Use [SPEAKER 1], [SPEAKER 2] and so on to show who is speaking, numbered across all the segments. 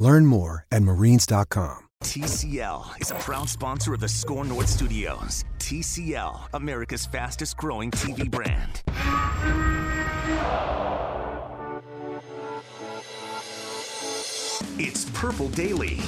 [SPEAKER 1] Learn more at marines.com.
[SPEAKER 2] TCL is a proud sponsor of the Score North Studios. TCL, America's fastest growing TV brand. It's Purple Daily.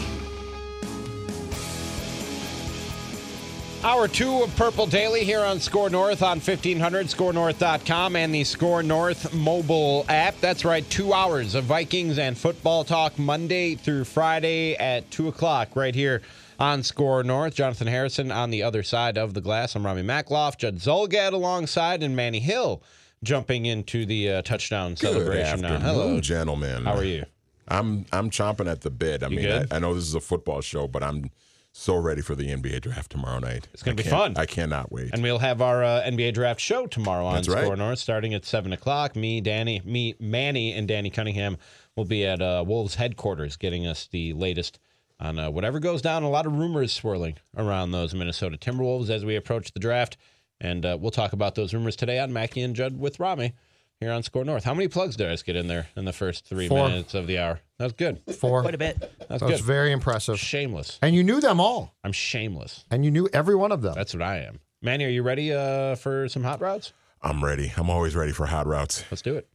[SPEAKER 3] Hour two of Purple Daily here on Score North on 1500, scorenorth.com, and the Score North mobile app. That's right, two hours of Vikings and football talk Monday through Friday at 2 o'clock right here on Score North. Jonathan Harrison on the other side of the glass. I'm Rami Makloff, Judd Zolgad alongside, and Manny Hill jumping into the uh, touchdown celebration
[SPEAKER 4] Good
[SPEAKER 3] now.
[SPEAKER 4] afternoon,
[SPEAKER 3] Hello.
[SPEAKER 4] gentlemen.
[SPEAKER 3] How are you?
[SPEAKER 4] I'm I'm chomping at the bit. I
[SPEAKER 3] You
[SPEAKER 4] mean,
[SPEAKER 3] good?
[SPEAKER 4] I, I know this is a football show, but I'm so ready for the NBA draft tomorrow night. It's
[SPEAKER 3] gonna be fun.
[SPEAKER 4] I cannot wait.
[SPEAKER 3] And we'll have our uh, NBA draft show tomorrow on
[SPEAKER 4] That's right.
[SPEAKER 3] Score North, starting at seven o'clock. Me, Danny, me, Manny, and Danny Cunningham will be at uh, Wolves headquarters, getting us the latest on uh, whatever goes down. A lot of rumors swirling around those Minnesota Timberwolves as we approach the draft, and uh, we'll talk about those rumors today on Mackey and Judd with Rami here on Score North. How many plugs did I just get in there in the first three
[SPEAKER 5] Four.
[SPEAKER 3] minutes of the hour? That was good.
[SPEAKER 5] Four.
[SPEAKER 6] Quite a bit.
[SPEAKER 3] That's
[SPEAKER 5] That was
[SPEAKER 3] good.
[SPEAKER 5] very impressive.
[SPEAKER 3] shameless.
[SPEAKER 5] And you knew them all,
[SPEAKER 3] I'm shameless.
[SPEAKER 5] and you knew every one of them.
[SPEAKER 3] That's what I am. Manny, are you ready uh, for some hot routes?
[SPEAKER 4] I'm ready. I'm always ready for hot routes.
[SPEAKER 3] Let's do it.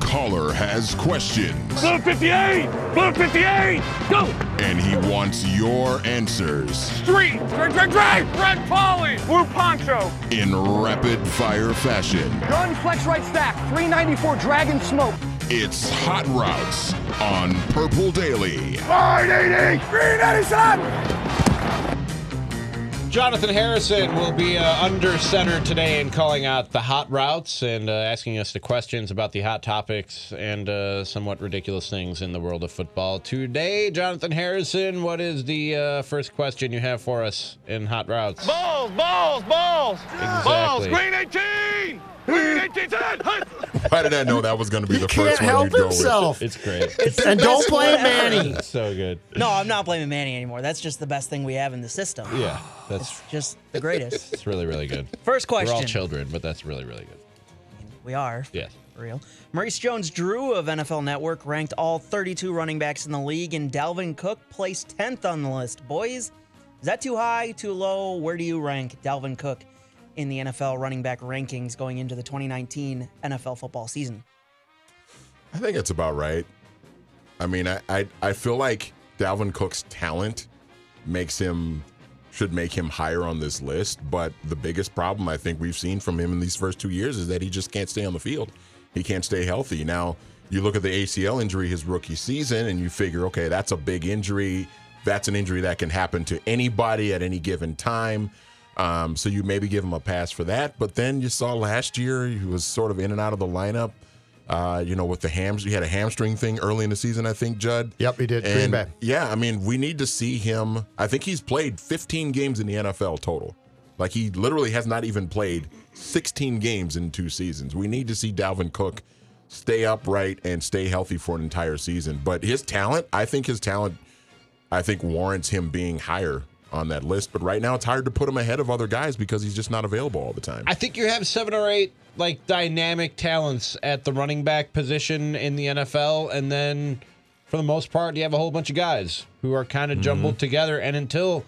[SPEAKER 7] Caller has questions,
[SPEAKER 8] Blue 58! Blue 58! Go!
[SPEAKER 7] and he wants your answers
[SPEAKER 8] Three! Drag, drag, drag! Red Polly! Blue Poncho!
[SPEAKER 7] in rapid fire fashion.
[SPEAKER 8] Gun flex right stack, 394 Dragon Smoke.
[SPEAKER 7] It's Hot Routes on Purple Daily.
[SPEAKER 8] 980! 397!
[SPEAKER 3] Jonathan Harrison will be uh, under center today and calling out the hot routes and uh, asking us the questions about the hot topics and uh, somewhat ridiculous things in the world of football. Today, Jonathan Harrison, what is the uh, first question you have for us in hot routes?
[SPEAKER 8] Balls, balls, balls! Balls!
[SPEAKER 3] Exactly.
[SPEAKER 8] Green 18! Green 18 10!
[SPEAKER 4] Why did I know that was going to be the
[SPEAKER 5] Can't
[SPEAKER 4] first one
[SPEAKER 5] help
[SPEAKER 4] you'd go
[SPEAKER 5] himself.
[SPEAKER 3] It's great.
[SPEAKER 5] and don't blame Manny.
[SPEAKER 3] It's so good.
[SPEAKER 6] No, I'm not blaming Manny anymore. That's just the best thing we have in the system.
[SPEAKER 3] Yeah, that's
[SPEAKER 6] Just the greatest.
[SPEAKER 3] it's really really good.
[SPEAKER 6] First
[SPEAKER 3] We're all
[SPEAKER 6] question.
[SPEAKER 3] children, but that's really really good.
[SPEAKER 6] We are.
[SPEAKER 3] Yes.
[SPEAKER 6] For real. Maurice Jones Drew of NFL Network ranked all 32 running backs in the league, and Dalvin Cook placed 10th on the list. Boys, is that too high, too low? Where do you rank Dalvin Cook in the NFL running back rankings going into the 2019 NFL football season?
[SPEAKER 4] I think it's about right. I mean, I, I I feel like Dalvin Cook's talent makes him should make him higher on this list, but the biggest problem I think we've seen from him in these first two years is that he just can't stay on the field. He can't stay healthy. Now you look at the ACL injury his rookie season, and you figure, okay, that's a big injury. That's an injury that can happen to anybody at any given time. Um, so you maybe give him a pass for that. But then you saw last year he was sort of in and out of the lineup. Uh, you know, with the hams, he had a hamstring thing early in the season, I think, Judd.
[SPEAKER 5] Yep, he did. Green
[SPEAKER 4] And,
[SPEAKER 5] Bay.
[SPEAKER 4] Yeah, I mean, we need to see him. I think he's played 15 games in the NFL total. Like he literally has not even played 16 games in two seasons. We need to see Dalvin Cook stay upright and stay healthy for an entire season. But his talent, I think his talent I think warrants him being higher on that list. But right now, it's hard to put him ahead of other guys because he's just not available all the time.
[SPEAKER 3] I think you have seven or eight like dynamic talents at the running back position in the NFL, and then for the most part, you have a whole bunch of guys who are kind of jumbled together. And until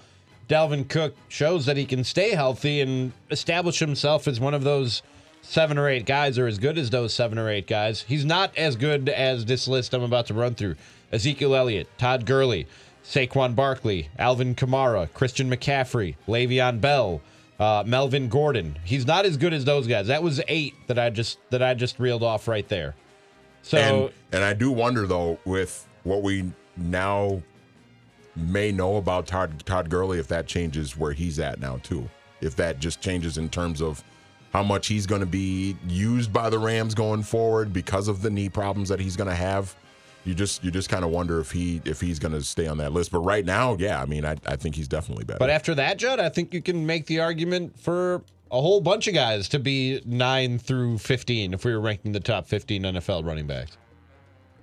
[SPEAKER 3] Dalvin Cook shows that he can stay healthy and establish himself as one of those seven or eight guys, or as good as those seven or eight guys, he's not as good as this list I'm about to run through. Ezekiel Elliott, Todd Gurley, Saquon Barkley, Alvin Kamara, Christian McCaffrey, Le'Veon Bell, uh, Melvin Gordon. He's not as good as those guys. That was eight that I just that I just reeled off right there. So
[SPEAKER 4] and, and I do wonder though, with what we now may know about Todd Todd Gurley, if that changes where he's at now too. If that just changes in terms of how much he's going to be used by the Rams going forward because of the knee problems that he's going to have. You just you just kind of wonder if he if he's going to stay on that list. But right now, yeah, I mean, I, I think he's definitely better.
[SPEAKER 3] But after that, Judd, I think you can make the argument for a whole bunch of guys to be nine through fifteen if we were ranking the top fifteen NFL running backs.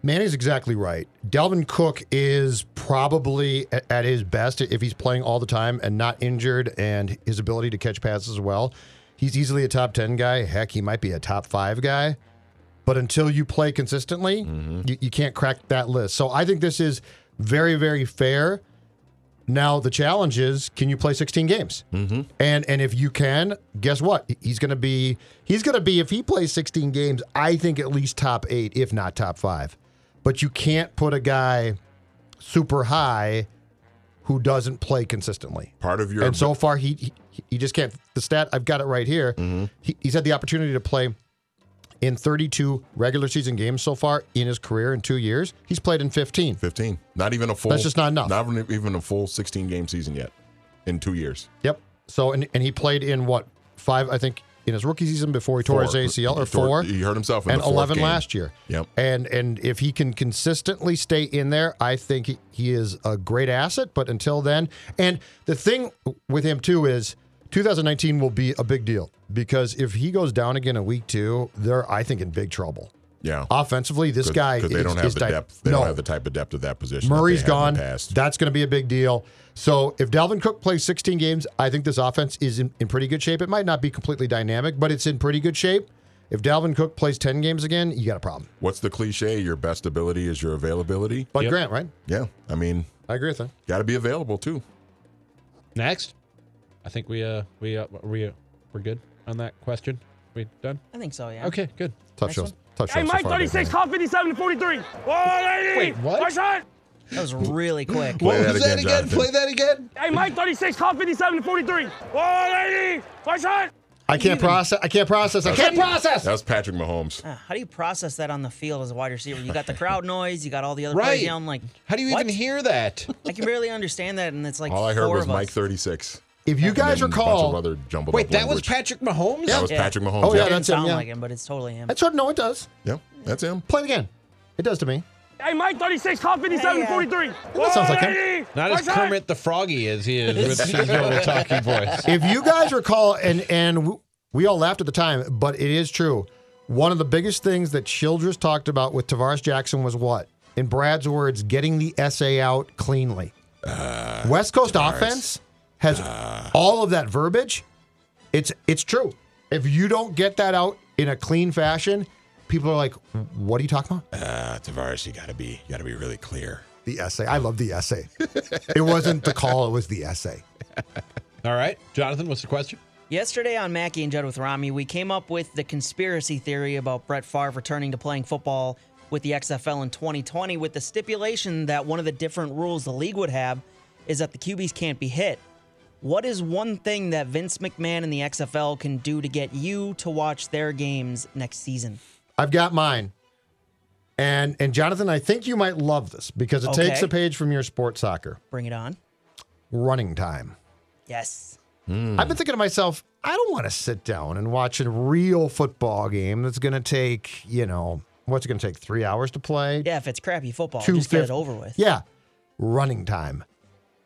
[SPEAKER 5] Manny's exactly right. Delvin Cook is probably at, at his best if he's playing all the time and not injured, and his ability to catch passes as well. He's easily a top 10 guy. Heck, he might be a top five guy. But until you play consistently, you, you can't crack that list. So I think this is very, very fair. Now, the challenge is can you play 16 games? And and if you can, guess what? He's going to be he's going to be if he plays 16 games, I think at least top 8 if not top 5. But you can't put a guy super high who doesn't play consistently.
[SPEAKER 4] part of your
[SPEAKER 5] and so far he, he he just can't the stat I've got it right here. He, he's had the opportunity to play in 32 regular season games so far in his career in 2 years. He's played in 15.
[SPEAKER 4] 15. Not even a full.
[SPEAKER 5] That's just not enough.
[SPEAKER 4] Not even- even a full 16 game season yet in two years.
[SPEAKER 5] Yep. So and and he played in what five? I think in his rookie season before he tore his
[SPEAKER 4] Four.
[SPEAKER 5] ACL or
[SPEAKER 4] He tore-
[SPEAKER 5] four.
[SPEAKER 4] he hurt himself in
[SPEAKER 5] and
[SPEAKER 4] the fourth
[SPEAKER 5] 11
[SPEAKER 4] game.
[SPEAKER 5] last year.
[SPEAKER 4] Yep.
[SPEAKER 5] And and if he can consistently stay in there, I think he, he is a great asset. But until then, and the thing with him too is 2019 will be a big deal because if he goes down again in week two, they're I think in big trouble.
[SPEAKER 4] Yeah.
[SPEAKER 5] Offensively, this guy
[SPEAKER 4] because they
[SPEAKER 5] is,
[SPEAKER 4] don't have
[SPEAKER 5] is
[SPEAKER 4] the
[SPEAKER 5] dy-
[SPEAKER 4] depth. They
[SPEAKER 5] no,
[SPEAKER 4] don't have the type of depth of that position. that
[SPEAKER 5] Murray's
[SPEAKER 4] they have
[SPEAKER 5] gone.
[SPEAKER 4] in the past.
[SPEAKER 5] That's going to be a big deal. So if Dalvin Cook plays 16 games, I think this offense is in, in pretty good shape. It might not be completely dynamic, but it's in pretty good shape. If Dalvin Cook plays 10 games again, you got a problem.
[SPEAKER 4] What's the cliche? Your best ability is your availability.
[SPEAKER 5] But Grant, right?
[SPEAKER 4] Yeah, I mean,
[SPEAKER 5] I agree with him.
[SPEAKER 4] got to be available too.
[SPEAKER 3] Next, I think we uh we uh, we uh, we're good on that question. We done?
[SPEAKER 6] I think so, yeah.
[SPEAKER 3] Okay, good.
[SPEAKER 5] Tough shows. Tough shows.
[SPEAKER 8] Hey,
[SPEAKER 5] so
[SPEAKER 8] Mike,
[SPEAKER 5] far, Grant.
[SPEAKER 8] 36, top 57 to 43. Whoa,
[SPEAKER 3] Wait, what?
[SPEAKER 8] What's that?
[SPEAKER 6] That was really quick.
[SPEAKER 4] Play that again, Jonathan.
[SPEAKER 3] Play that again.
[SPEAKER 8] Hey, Mike, 36, top 57 to 43. Whoa, lady. What's that?
[SPEAKER 5] I can't process. I can't process. I can't process.
[SPEAKER 4] That was Patrick Mahomes.
[SPEAKER 6] Uh, How do you process that on the field as a wide receiver? You got the crowd noise, you got all the other
[SPEAKER 3] Right.
[SPEAKER 6] plays down. Like,
[SPEAKER 3] How do you
[SPEAKER 6] what?
[SPEAKER 3] even hear that?
[SPEAKER 6] I can barely understand that, and it's like
[SPEAKER 4] All I heard
[SPEAKER 6] four
[SPEAKER 4] was
[SPEAKER 6] of us.
[SPEAKER 4] Mike 36.
[SPEAKER 5] If you guys
[SPEAKER 4] and a bunch of
[SPEAKER 5] recall,
[SPEAKER 4] other jumbled
[SPEAKER 3] Wait,
[SPEAKER 4] up
[SPEAKER 3] that was
[SPEAKER 4] language.
[SPEAKER 3] Patrick Mahomes.
[SPEAKER 4] That was
[SPEAKER 6] Yeah.
[SPEAKER 4] Patrick Mahomes.
[SPEAKER 5] Oh, yeah,
[SPEAKER 4] yeah,
[SPEAKER 6] It doesn't
[SPEAKER 5] that's him,
[SPEAKER 6] sound
[SPEAKER 5] yeah.
[SPEAKER 6] like him, but it's totally him.
[SPEAKER 5] that's what no, it does.
[SPEAKER 4] Yeah, that's him.
[SPEAKER 5] Play it again. It does to me.
[SPEAKER 8] Hey, Mike, 36, top 57 to
[SPEAKER 6] Hey, uh,
[SPEAKER 8] 43.
[SPEAKER 5] that sounds like him.
[SPEAKER 3] Not as Kermit the Froggy as he is with his little talking voice.
[SPEAKER 5] if you guys recall, and and w- we all laughed at the time, but it is true. One of the biggest things that Childress talked about with Tavares Jackson was what, in Brad's words, getting the essay out cleanly.
[SPEAKER 4] Uh,
[SPEAKER 5] West Coast offense has all of that verbiage. It's it's true. If you don't get that out in a clean fashion, people are like, "What are you talking about?"
[SPEAKER 4] Uh, Tavares, you gotta be, you gotta be really clear.
[SPEAKER 5] The essay. I love the essay. it wasn't the call. It was the essay.
[SPEAKER 3] All right, Jonathan, what's the question?
[SPEAKER 6] Yesterday on Mackie and Judd with Rami, we came up with the conspiracy theory about Brett Favre returning to playing football with the XFL in 2020 with the stipulation that one of the different rules the league would have is that the QBs can't be hit. What is one thing that Vince McMahon and the XFL can do to get you to watch their games next season?
[SPEAKER 5] I've got mine. And and Jonathan, I think you might love this because it
[SPEAKER 6] Okay.
[SPEAKER 5] takes a page from your sports soccer.
[SPEAKER 6] Bring it on.
[SPEAKER 5] Running time.
[SPEAKER 6] Yes. Hmm.
[SPEAKER 5] I've been thinking to myself, I don't want to sit down and watch a real football game that's going to take, you know, what's it going to take? 3 hours to play?
[SPEAKER 6] Yeah, if it's crappy football,
[SPEAKER 5] Two
[SPEAKER 6] just get it
[SPEAKER 5] fif-
[SPEAKER 6] over with.
[SPEAKER 5] Yeah. Running time.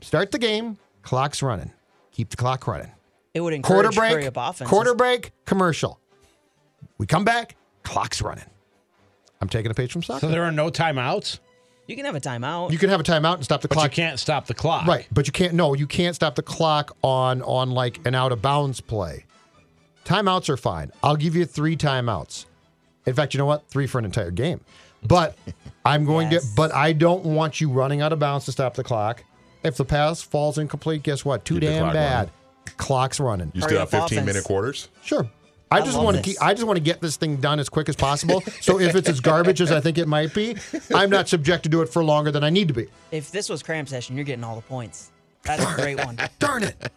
[SPEAKER 5] Start the game, clock's running. Keep the clock running.
[SPEAKER 6] It would encourage
[SPEAKER 5] Quarter
[SPEAKER 6] hurry
[SPEAKER 5] break.
[SPEAKER 6] up offenses.
[SPEAKER 5] Quarter break, commercial. We come back, clock's running. I'm taking a page from
[SPEAKER 3] So
[SPEAKER 5] soccer.
[SPEAKER 3] there are no timeouts,
[SPEAKER 6] You can have a timeout.
[SPEAKER 5] You can have a timeout and stop the
[SPEAKER 3] but
[SPEAKER 5] clock
[SPEAKER 3] you can't stop the clock.
[SPEAKER 5] Right, but you can't. No, you can't stop the clock on on like an out of bounds play. Timeouts are fine. I'll give you three timeouts. In fact, you know what? Three for an entire game. But I'm going
[SPEAKER 6] Yes.
[SPEAKER 5] to. But I don't want you running out of bounds to stop the clock. If the pass falls incomplete, guess what? Too
[SPEAKER 4] Keep the
[SPEAKER 5] damn
[SPEAKER 4] clock
[SPEAKER 5] bad. Clock's running.
[SPEAKER 4] You
[SPEAKER 6] Hurry
[SPEAKER 4] still
[SPEAKER 6] up
[SPEAKER 4] have 15
[SPEAKER 6] offense.
[SPEAKER 4] minute quarters.
[SPEAKER 5] Sure. I
[SPEAKER 6] I
[SPEAKER 5] just
[SPEAKER 6] love
[SPEAKER 5] want to
[SPEAKER 6] this.
[SPEAKER 5] keep. I just want to get this thing done as quick as possible. so if it's as garbage as I think it might be, I'm not subjected to it for longer than I need to be.
[SPEAKER 6] If this was cram session, you're getting all the points. That's a great one.
[SPEAKER 5] Darn it!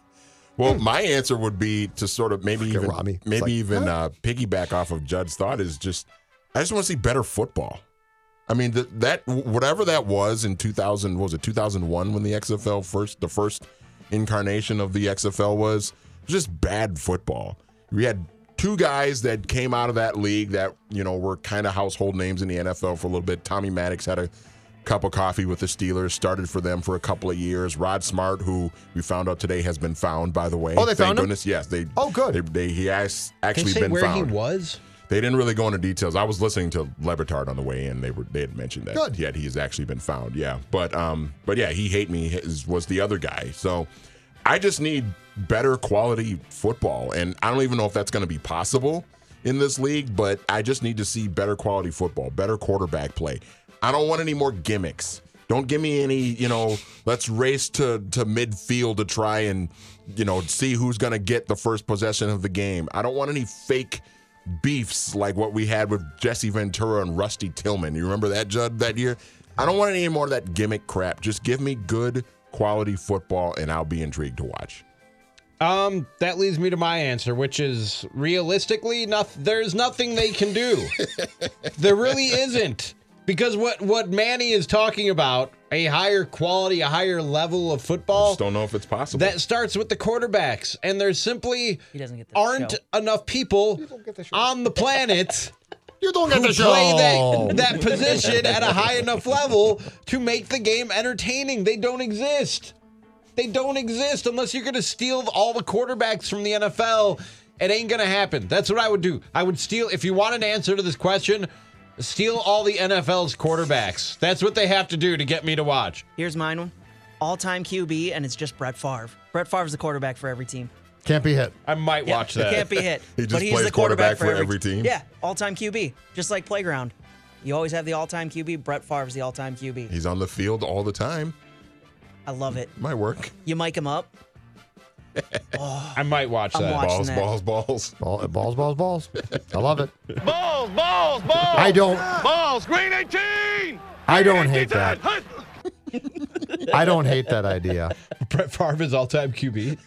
[SPEAKER 4] Well, my answer would be to sort of maybe even
[SPEAKER 5] Rami. It's
[SPEAKER 4] maybe
[SPEAKER 5] like,
[SPEAKER 4] even uh, piggyback off of Judd's thought is just I just want to see better football. I mean th- that whatever that was in 2000 what was it 2001 when the XFL first the first incarnation of the XFL was just bad football. We had two guys that came out of that league that you know were kind of household names in the NFL for a little bit. Tommy Maddox had a cup of coffee with the Steelers, started for them for a couple of years. Rod Smart, who we found out today has been found, by the way.
[SPEAKER 5] Oh, they
[SPEAKER 4] Thank
[SPEAKER 5] found him?
[SPEAKER 4] goodness. Yes, they.
[SPEAKER 5] Oh, good.
[SPEAKER 4] They, they, he has
[SPEAKER 3] Can you
[SPEAKER 4] actually
[SPEAKER 3] say
[SPEAKER 4] been
[SPEAKER 3] where
[SPEAKER 4] found.
[SPEAKER 3] he was?
[SPEAKER 4] They didn't really go into details. I was listening to Lebertard on the way in. They were they had mentioned that
[SPEAKER 5] Good.
[SPEAKER 4] yet he has actually been found. Yeah, but um, but yeah, he hate me is, was the other guy. So I just need better quality football, and I don't even know if that's going to be possible in this league. But I just need to see better quality football, better quarterback play. I don't want any more gimmicks. Don't give me any, you know, let's race to to midfield to try and, you know, see who's going to get the first possession of the game. I don't want any fake beefs like what we had with Jesse Ventura and Rusty Tillman. You remember that, Judd, that year? I don't want any more of that gimmick crap. Just give me good quality football and I'll be intrigued to watch.
[SPEAKER 3] Um, that leads me to my answer, which is realistically, noth- there's nothing they can do. there really isn't. Because what, what Manny is talking about, a higher quality, a higher level of football,
[SPEAKER 4] Just don't know if it's possible.
[SPEAKER 3] that starts with the quarterbacks. And there simply
[SPEAKER 6] He doesn't get this
[SPEAKER 3] aren't
[SPEAKER 6] show.
[SPEAKER 3] enough people on the planet
[SPEAKER 5] You don't
[SPEAKER 3] who
[SPEAKER 5] get the
[SPEAKER 3] play
[SPEAKER 5] show.
[SPEAKER 3] that, that position at a high enough level to make the game entertaining. They don't exist. They don't exist unless you're going to steal all the quarterbacks from the NFL. It ain't going to happen. That's what I would do. I would steal, if you want an answer to this question, steal all the NFL's quarterbacks. That's what they have to do to get me to watch.
[SPEAKER 6] Here's mine one. All time QB, and it's just Brett Favre. Brett Favre's the quarterback for every team.
[SPEAKER 5] Can't be hit.
[SPEAKER 3] I might watch
[SPEAKER 6] He
[SPEAKER 3] that.
[SPEAKER 6] can't be hit.
[SPEAKER 4] He just
[SPEAKER 6] but he's
[SPEAKER 4] plays
[SPEAKER 6] the quarterback,
[SPEAKER 4] quarterback for every team.
[SPEAKER 6] Yeah, all time QB, just like Playground. You always have the all time QB. Brett Favre's the all time QB.
[SPEAKER 4] He's on the field all the time.
[SPEAKER 6] I love it.
[SPEAKER 4] My work.
[SPEAKER 6] You mic him up.
[SPEAKER 3] I might watch
[SPEAKER 6] I'm
[SPEAKER 3] that.
[SPEAKER 6] watching
[SPEAKER 4] Balls,
[SPEAKER 6] that.
[SPEAKER 4] balls, balls.
[SPEAKER 5] Ball, balls, balls, balls. I love it.
[SPEAKER 8] Balls, balls, balls.
[SPEAKER 5] I don't.
[SPEAKER 8] Balls, green 18!
[SPEAKER 5] I don't hate that.
[SPEAKER 8] Hut!
[SPEAKER 5] I don't hate that idea.
[SPEAKER 3] Brett Favre is all time QB.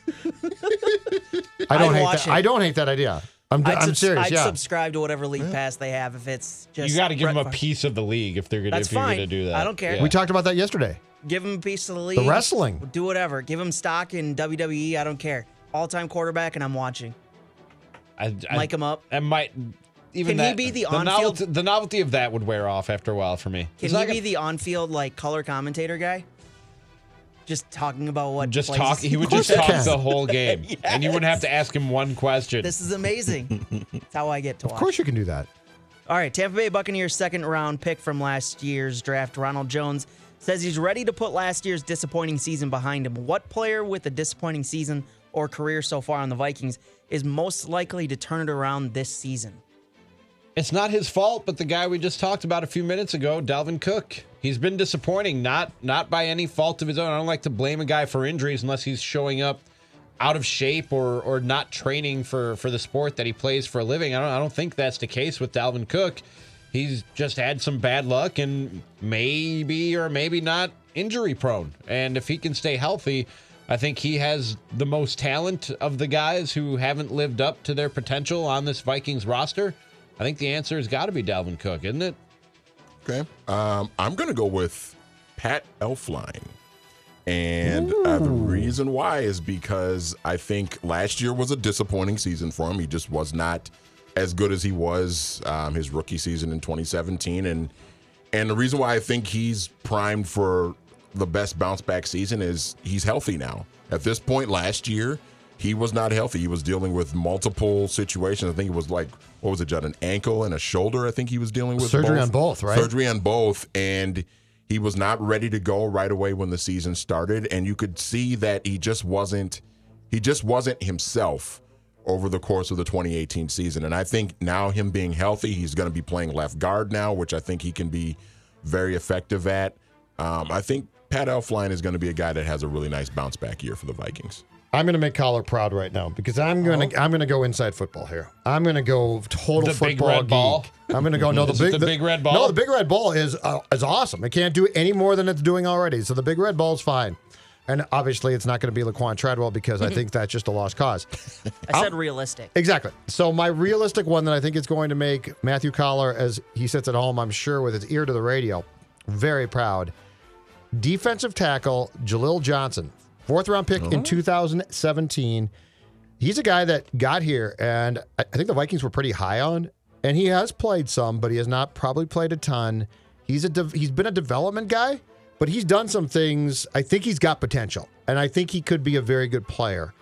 [SPEAKER 5] I don't
[SPEAKER 6] I'd
[SPEAKER 5] hate
[SPEAKER 6] watch
[SPEAKER 5] that.
[SPEAKER 6] it.
[SPEAKER 5] I don't hate that idea. I'm,
[SPEAKER 6] I'd,
[SPEAKER 5] I'm
[SPEAKER 6] subs-
[SPEAKER 5] serious.
[SPEAKER 6] I'd
[SPEAKER 5] yeah.
[SPEAKER 6] subscribe to whatever league pass they have if it's just.
[SPEAKER 3] You got to give
[SPEAKER 6] Brett
[SPEAKER 3] him a
[SPEAKER 6] Favre.
[SPEAKER 3] piece of the league if they're going to
[SPEAKER 6] That's
[SPEAKER 3] if you're going to
[SPEAKER 6] fine.
[SPEAKER 3] do that.
[SPEAKER 6] I don't care.
[SPEAKER 5] We talked about that yesterday.
[SPEAKER 6] Give him a piece of the league.
[SPEAKER 5] The wrestling.
[SPEAKER 6] Do whatever. Give him stock in WWE. I don't care. All time quarterback, and I'm watching.
[SPEAKER 3] I, I,
[SPEAKER 6] Mic him up.
[SPEAKER 3] I might even
[SPEAKER 6] Can he
[SPEAKER 3] that-
[SPEAKER 6] be the
[SPEAKER 3] novelty,
[SPEAKER 6] on-field-
[SPEAKER 3] the novelty of that would wear off after a while for me.
[SPEAKER 6] Can
[SPEAKER 3] It's
[SPEAKER 6] he
[SPEAKER 3] not
[SPEAKER 6] be
[SPEAKER 3] gonna-
[SPEAKER 6] the on-field like color commentator guy? Just talking about what
[SPEAKER 3] just
[SPEAKER 6] plays-
[SPEAKER 3] talk? He would
[SPEAKER 5] Of course
[SPEAKER 3] just
[SPEAKER 5] he
[SPEAKER 3] talk
[SPEAKER 5] can.
[SPEAKER 3] the whole game, and you wouldn't have to ask him one question.
[SPEAKER 6] This is amazing. That's how I get to
[SPEAKER 5] Of
[SPEAKER 6] watch.
[SPEAKER 5] course you can do that.
[SPEAKER 6] All right, Tampa Bay Buccaneers second round pick from last year's draft, Ronald Jones says he's ready to put last year's disappointing season behind him. What player with a disappointing season or career so far on the Vikings is most likely to turn it around this season?
[SPEAKER 3] it's not his fault, but the guy we just talked about a few minutes ago, Dalvin Cook, he's been disappointing. Not not by any fault of his own. I don't like to blame a guy for injuries unless he's showing up out of shape or or not training for for the sport that he plays for a living. I don't I don't think that's the case with Dalvin Cook. He's just had some bad luck and maybe or maybe not injury prone. And if he can stay healthy, I think he has the most talent of the guys who haven't lived up to their potential on this Vikings roster. I think the answer has got to be Dalvin Cook, isn't it?
[SPEAKER 4] Okay. Um, I'm going to go with Pat Elfline. And uh, the reason why is because I think last year was a disappointing season for him. He just was not as good as he was um, his rookie season in 2017. And and the reason why I think he's primed for the best bounce back season is he's healthy now. At this point last year, he was not healthy. He was dealing with multiple situations. I think it was like what was it, Judd? An ankle and a shoulder. I think he was dealing with
[SPEAKER 5] Surgery on both, right?
[SPEAKER 4] Surgery on both, and he was not ready to go right away when the season started. And you could see that he just wasn't. He just wasn't himself over the course of the 2018 season. And I think now him being healthy, he's going to be playing left guard now, which I think he can be very effective at. Um, I think Pat Elfline is going to be a guy that has a really nice bounce back year for the Vikings.
[SPEAKER 5] I'm going to make Collar proud right now because I'm going to I'm going to go inside football here. I'm going to go total
[SPEAKER 3] Oh. The
[SPEAKER 5] football
[SPEAKER 3] big red
[SPEAKER 5] geek.
[SPEAKER 3] ball?
[SPEAKER 5] I'm going to go no the
[SPEAKER 3] Is it
[SPEAKER 5] big
[SPEAKER 3] the big red ball?
[SPEAKER 5] No, the big red ball is uh, is awesome. It can't do any more than it's doing already. So the big red ball's fine. And obviously, it's not going to be Laquan Treadwell because I think that's just a lost cause.
[SPEAKER 6] I said realistic.
[SPEAKER 5] Exactly. So my realistic one that I think is going to make Matthew Collar, as he sits at home, I'm sure, with his ear to the radio, very proud. Defensive tackle Jalil Johnson, fourth round pick
[SPEAKER 3] Oh.
[SPEAKER 5] in 2017. He's a guy that got here, and I I think the Vikings were pretty high on. And he has played some, but he has not probably played a ton. He's a dev he's been a development guy, but he's done some things. I think he's got potential, and I think he could be a very good player.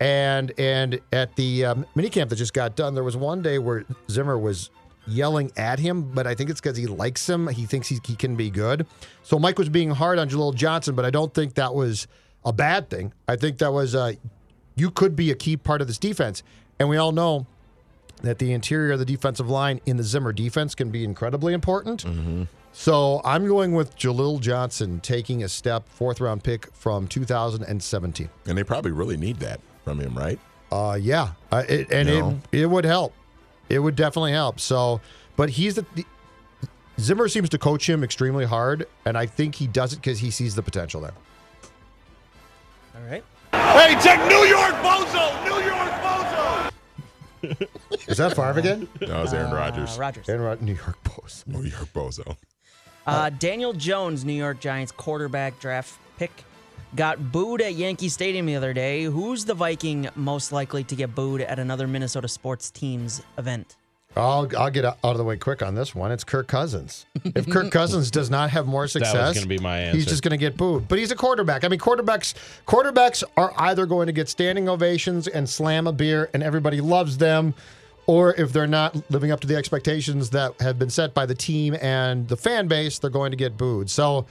[SPEAKER 5] And and at the um, minicamp that just got done, there was one day where Zimmer was yelling at him, but I think it's because he likes him. He thinks he, he can be good. So Mike was being hard on Jalil Johnson, but I don't think that was a bad thing. I think that was uh, you could be a key part of this defense. And we all know that the interior of the defensive line in the Zimmer defense can be incredibly important.
[SPEAKER 4] Mm-hmm.
[SPEAKER 5] So I'm going with Jalil Johnson taking a step, fourth round pick from 2017.
[SPEAKER 4] And they probably really need that from him, right?
[SPEAKER 5] Uh, yeah, uh, it, and
[SPEAKER 4] No.
[SPEAKER 5] it it would help. It would definitely help. So, but he's the, the Zimmer seems to coach him extremely hard, and I think he does it because he sees the potential there.
[SPEAKER 6] All right.
[SPEAKER 8] Hey, take New York Bozo! New York Bozo!
[SPEAKER 5] Is that Favre again?
[SPEAKER 4] No, it's Aaron Rodgers.
[SPEAKER 6] Uh, Rodgers.
[SPEAKER 5] And right, New York Post.
[SPEAKER 4] New York Bozo.
[SPEAKER 6] Uh, Daniel Jones, New York Giants quarterback draft pick, got booed at Yankee Stadium the other day. Who's the Viking most likely to get booed at another Minnesota sports teams event?
[SPEAKER 5] I'll I'll get out of the way quick on this one. It's Kirk Cousins. If Kirk Cousins does not have more
[SPEAKER 3] was
[SPEAKER 5] success,
[SPEAKER 3] gonna be my
[SPEAKER 5] He's
[SPEAKER 3] answer.
[SPEAKER 5] just going to get booed. But he's a quarterback. I mean, quarterbacks quarterbacks are either going to get standing ovations and slam a beer, and everybody loves them, or if they're not living up to the expectations that have been set by the team and the fan base, they're going to get booed. So,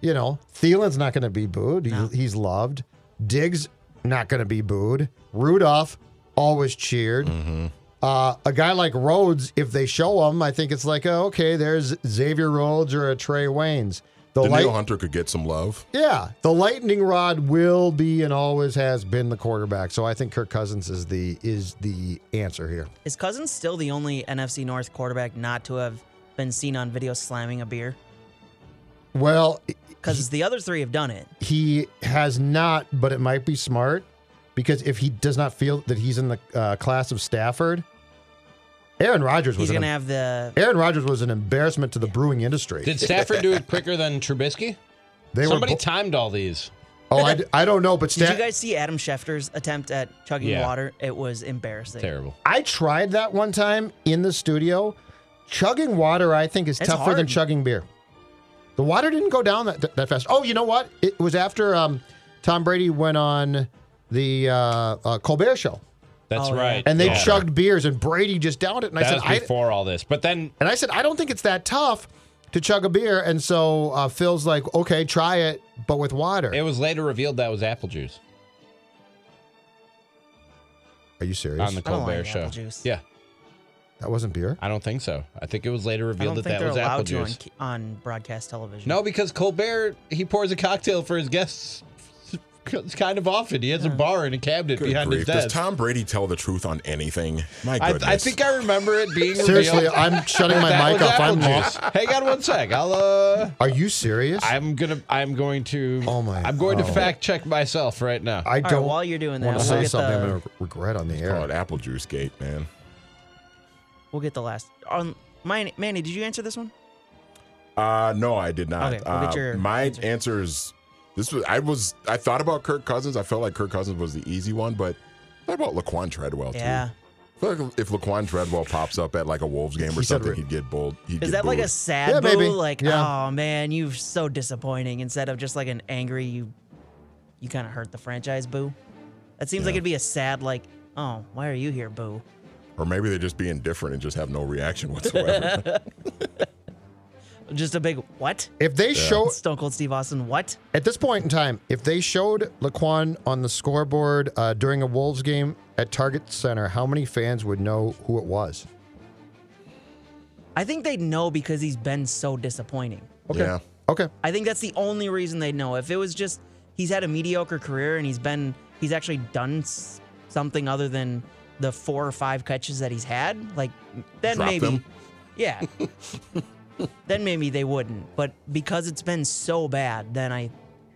[SPEAKER 5] you know, Thielen's not going to be booed. He's, he's loved. Diggs not going to be booed. Rudolph always cheered. Uh, a guy like Rhodes, if they show him, I think it's like, oh, okay, there's Xavier Rhodes or a Trey Waynes. The
[SPEAKER 4] Daniil
[SPEAKER 5] light,
[SPEAKER 4] Hunter could get some love.
[SPEAKER 5] yeah, the lightning rod will be and always has been the quarterback. So I think Kirk Cousins is the is the answer here.
[SPEAKER 6] Is Cousins still the only NFC North quarterback not to have been seen on video slamming a beer?
[SPEAKER 5] Well,
[SPEAKER 6] Because the other three have done it.
[SPEAKER 5] he has not, but it might be smart because if he does not feel that he's in the uh, class of Stafford, Aaron Rodgers was
[SPEAKER 6] He's
[SPEAKER 5] an,
[SPEAKER 6] gonna have the
[SPEAKER 5] Aaron Rodgers was an embarrassment to the brewing industry.
[SPEAKER 3] Did Stafford do it quicker than Trubisky?
[SPEAKER 5] they
[SPEAKER 3] Somebody
[SPEAKER 5] were bo-
[SPEAKER 3] timed all these.
[SPEAKER 5] oh, I, d- I don't know, but
[SPEAKER 6] Did
[SPEAKER 5] Stafford.
[SPEAKER 6] you guys see Adam Schefter's attempt at chugging
[SPEAKER 3] Yeah.
[SPEAKER 6] water? It was embarrassing.
[SPEAKER 3] Terrible.
[SPEAKER 5] I tried that one time in the studio. Chugging water, I think, is
[SPEAKER 6] It's
[SPEAKER 5] tougher than
[SPEAKER 6] hard.
[SPEAKER 5] chugging beer. The water didn't go down that, that fast. Oh, you know what? It was after um, Tom Brady went on the uh, uh, Colbert Show,
[SPEAKER 3] That's
[SPEAKER 6] Oh, yeah.
[SPEAKER 3] right.
[SPEAKER 5] and they
[SPEAKER 3] Yeah.
[SPEAKER 5] chugged beers, and Brady just downed it. And I
[SPEAKER 3] That
[SPEAKER 5] said, I,
[SPEAKER 3] was before all this. But then
[SPEAKER 5] and I said, I don't think it's that tough to chug a beer. And so uh, Phil's like, okay, try it, but with water.
[SPEAKER 3] it was later revealed that was apple juice
[SPEAKER 5] Are you serious?
[SPEAKER 3] on the
[SPEAKER 6] I don't
[SPEAKER 3] Colbert
[SPEAKER 6] like
[SPEAKER 3] Show.
[SPEAKER 6] apple juice.
[SPEAKER 3] Yeah,
[SPEAKER 5] that wasn't beer.
[SPEAKER 3] I don't think so. I think it was later
[SPEAKER 6] I
[SPEAKER 3] revealed
[SPEAKER 6] don't
[SPEAKER 3] that that
[SPEAKER 6] think they're
[SPEAKER 3] was apple
[SPEAKER 6] allowed to on,
[SPEAKER 3] juice.
[SPEAKER 6] on broadcast television.
[SPEAKER 3] No, because Colbert he pours a cocktail for his guests kind of often. He has a bar in a cabinet
[SPEAKER 4] Good
[SPEAKER 3] behind
[SPEAKER 4] grief.
[SPEAKER 3] his
[SPEAKER 4] Does
[SPEAKER 3] desk.
[SPEAKER 4] Tom Brady tell the truth on anything? My
[SPEAKER 3] I,
[SPEAKER 4] goodness.
[SPEAKER 3] I think I remember it being
[SPEAKER 5] Seriously,
[SPEAKER 3] revealed.
[SPEAKER 5] I'm shutting my
[SPEAKER 3] that
[SPEAKER 5] mic
[SPEAKER 3] was
[SPEAKER 5] off. I'm
[SPEAKER 3] apple
[SPEAKER 5] lost.
[SPEAKER 3] juice. Hang on one sec. I'll uh.
[SPEAKER 5] Are you serious? I,
[SPEAKER 3] I'm gonna. I'm going to.
[SPEAKER 5] Oh my-
[SPEAKER 3] I'm going
[SPEAKER 5] oh.
[SPEAKER 3] to fact check myself right now.
[SPEAKER 6] All
[SPEAKER 5] don't.
[SPEAKER 6] right, while you're doing that,
[SPEAKER 5] want to
[SPEAKER 6] we'll
[SPEAKER 5] say
[SPEAKER 6] get,
[SPEAKER 5] something I'm
[SPEAKER 6] the,
[SPEAKER 5] going to regret on the air.
[SPEAKER 4] Call it Apple Juice Gate, man.
[SPEAKER 6] we'll get the last. On, Manny, Manny, did you answer this one?
[SPEAKER 4] Uh, no, I did not.
[SPEAKER 6] Okay, we'll get
[SPEAKER 4] Uh,
[SPEAKER 6] your
[SPEAKER 4] my
[SPEAKER 6] answer.
[SPEAKER 4] answers. This was I was I thought about Kirk Cousins. I felt like Kirk Cousins was the easy one, but I thought about Laquan Treadwell too.
[SPEAKER 6] Yeah.
[SPEAKER 4] I feel like if Laquan Treadwell pops up at like a Wolves game or
[SPEAKER 5] He said
[SPEAKER 4] something,
[SPEAKER 5] re-
[SPEAKER 4] he'd get bold. He'd
[SPEAKER 6] Is
[SPEAKER 4] get
[SPEAKER 6] that like
[SPEAKER 4] booed.
[SPEAKER 6] a sad
[SPEAKER 5] Yeah,
[SPEAKER 6] boo?
[SPEAKER 5] maybe.
[SPEAKER 6] Like,
[SPEAKER 5] Yeah.
[SPEAKER 6] oh man, you're so disappointing. Instead of just like an angry, you, you kind of hurt the franchise boo. That seems like it'd be a sad like, oh, why are you here, boo?
[SPEAKER 4] or maybe they just be indifferent and just have no reaction whatsoever.
[SPEAKER 6] Just a big what?
[SPEAKER 5] If they show
[SPEAKER 6] Stone Cold Steve Austin, what?
[SPEAKER 5] at this point in time, if they showed Laquan on the scoreboard uh, during a Wolves game at Target Center, how many fans would know who it was?
[SPEAKER 6] I think they'd know because he's been so disappointing.
[SPEAKER 4] Yeah.
[SPEAKER 5] Okay.
[SPEAKER 6] I think that's the only reason they'd know. If it was just he's had a mediocre career and he's been he's actually done s- something other than the four or five catches that he's had, like then
[SPEAKER 4] Drop
[SPEAKER 6] maybe
[SPEAKER 4] them?
[SPEAKER 6] yeah. then maybe they wouldn't. But because it's been so bad, then I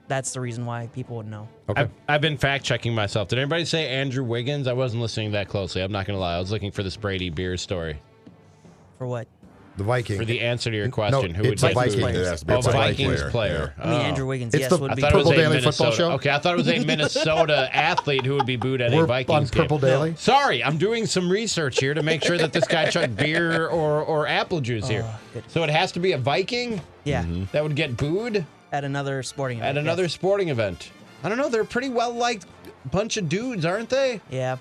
[SPEAKER 6] that's the reason why people would know.
[SPEAKER 5] Okay.
[SPEAKER 3] I've, I've been fact checking myself. Did anybody say Andrew Wiggins? I wasn't listening that closely. I'm not going to lie. I was looking for this Brady Beer story
[SPEAKER 6] For what?
[SPEAKER 5] the Viking.
[SPEAKER 3] for the answer to your question. Who would
[SPEAKER 5] it's a
[SPEAKER 3] like
[SPEAKER 5] Vikings
[SPEAKER 3] to
[SPEAKER 5] player.
[SPEAKER 4] It has to be
[SPEAKER 3] be Oh,
[SPEAKER 4] a
[SPEAKER 3] a
[SPEAKER 4] Vikings
[SPEAKER 3] Vikings player?
[SPEAKER 4] player,
[SPEAKER 6] I mean
[SPEAKER 3] Oh.
[SPEAKER 6] Andrew Wiggins,
[SPEAKER 5] It's
[SPEAKER 6] yes,
[SPEAKER 5] the-
[SPEAKER 6] would
[SPEAKER 3] I
[SPEAKER 6] be
[SPEAKER 3] thought it was
[SPEAKER 5] Purple
[SPEAKER 3] a
[SPEAKER 5] Daily
[SPEAKER 3] Minnesota.
[SPEAKER 5] Football Show?
[SPEAKER 3] Okay, I thought it was a Minnesota athlete who would be booed at
[SPEAKER 5] We're
[SPEAKER 3] a Vikings
[SPEAKER 5] on Purple
[SPEAKER 3] game.
[SPEAKER 5] Daily.
[SPEAKER 3] Sorry, I'm doing some research here to make sure that this guy chugged beer or, or apple juice here.
[SPEAKER 5] Uh,
[SPEAKER 3] So it has to be a Viking
[SPEAKER 6] yeah.
[SPEAKER 5] Mm-hmm.
[SPEAKER 3] that would get booed
[SPEAKER 6] At another sporting
[SPEAKER 3] at
[SPEAKER 6] event, yes.
[SPEAKER 3] another sporting event. I don't know. They're a pretty well liked bunch of dudes, aren't they?
[SPEAKER 6] Yeah.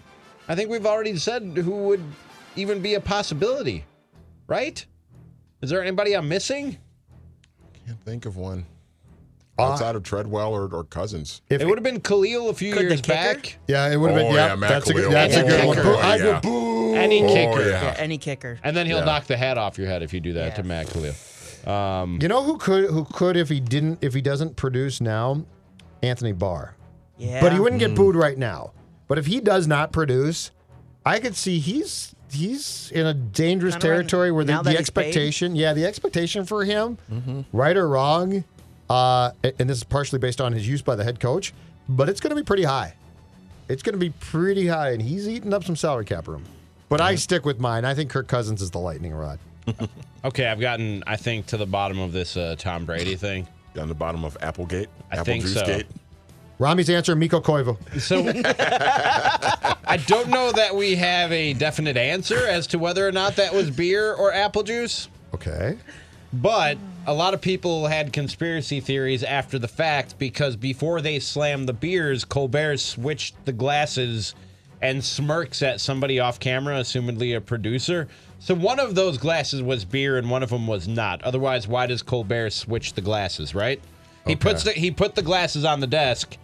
[SPEAKER 3] I think we've already said who would even be a possibility, right? Is there anybody I'm missing?
[SPEAKER 4] Can't think of one
[SPEAKER 5] Uh,
[SPEAKER 4] outside of Treadwell or, or Cousins.
[SPEAKER 5] If-
[SPEAKER 3] it would have been Khalil a few
[SPEAKER 6] Could the
[SPEAKER 3] years
[SPEAKER 6] kicker?
[SPEAKER 3] back.
[SPEAKER 5] yeah, it would have
[SPEAKER 4] Oh,
[SPEAKER 5] been.
[SPEAKER 4] yeah,
[SPEAKER 5] Yeah,
[SPEAKER 4] Matt
[SPEAKER 5] that's a
[SPEAKER 4] Khalil.
[SPEAKER 5] good. That's a
[SPEAKER 3] Any
[SPEAKER 5] good one.
[SPEAKER 3] kicker.
[SPEAKER 5] Boo, I
[SPEAKER 4] Yeah.
[SPEAKER 5] would boo.
[SPEAKER 3] Any
[SPEAKER 4] Oh,
[SPEAKER 3] kicker.
[SPEAKER 4] yeah.
[SPEAKER 6] Yeah, any kicker.
[SPEAKER 3] And then he'll
[SPEAKER 4] Yeah.
[SPEAKER 3] knock the hat off your head if you do that to
[SPEAKER 6] Yeah.
[SPEAKER 3] Matt Khalil.
[SPEAKER 5] You know who could? Who could if he didn't? If he doesn't produce now, Anthony Barr.
[SPEAKER 6] Yeah.
[SPEAKER 5] But he wouldn't get booed right now. But if he does not produce, I could see he's he's in a dangerous
[SPEAKER 6] Kinda right
[SPEAKER 5] territory where the,
[SPEAKER 6] now that
[SPEAKER 5] the
[SPEAKER 6] he's paid. Mm-hmm.
[SPEAKER 5] expectation, yeah, the expectation for him, right or wrong, uh, a- and this is partially based on his use by the head coach, but it's going to be pretty high. It's going to be pretty high, and he's eating up some salary cap room. But I stick with mine. I think Kirk Cousins is the lightning rod.
[SPEAKER 3] Okay, I've gotten, I think, to the bottom of this uh, Tom Brady thing.
[SPEAKER 4] Down the bottom of Applegate,
[SPEAKER 3] I
[SPEAKER 4] Apple
[SPEAKER 3] think
[SPEAKER 4] Juice
[SPEAKER 3] so.
[SPEAKER 4] Gate.
[SPEAKER 5] Rami's answer: Miko Koivu.
[SPEAKER 3] So I don't know that we have a definite answer as to whether or not that was beer or apple juice.
[SPEAKER 5] Okay.
[SPEAKER 3] But a lot of people had conspiracy theories after the fact because before they slammed the beers, Colbert switched the glasses and smirks at somebody off camera, assumedly a producer. So one of those glasses was beer and one of them was not. Otherwise, why does Colbert switch the glasses, right? He puts the, he put the glasses on the desk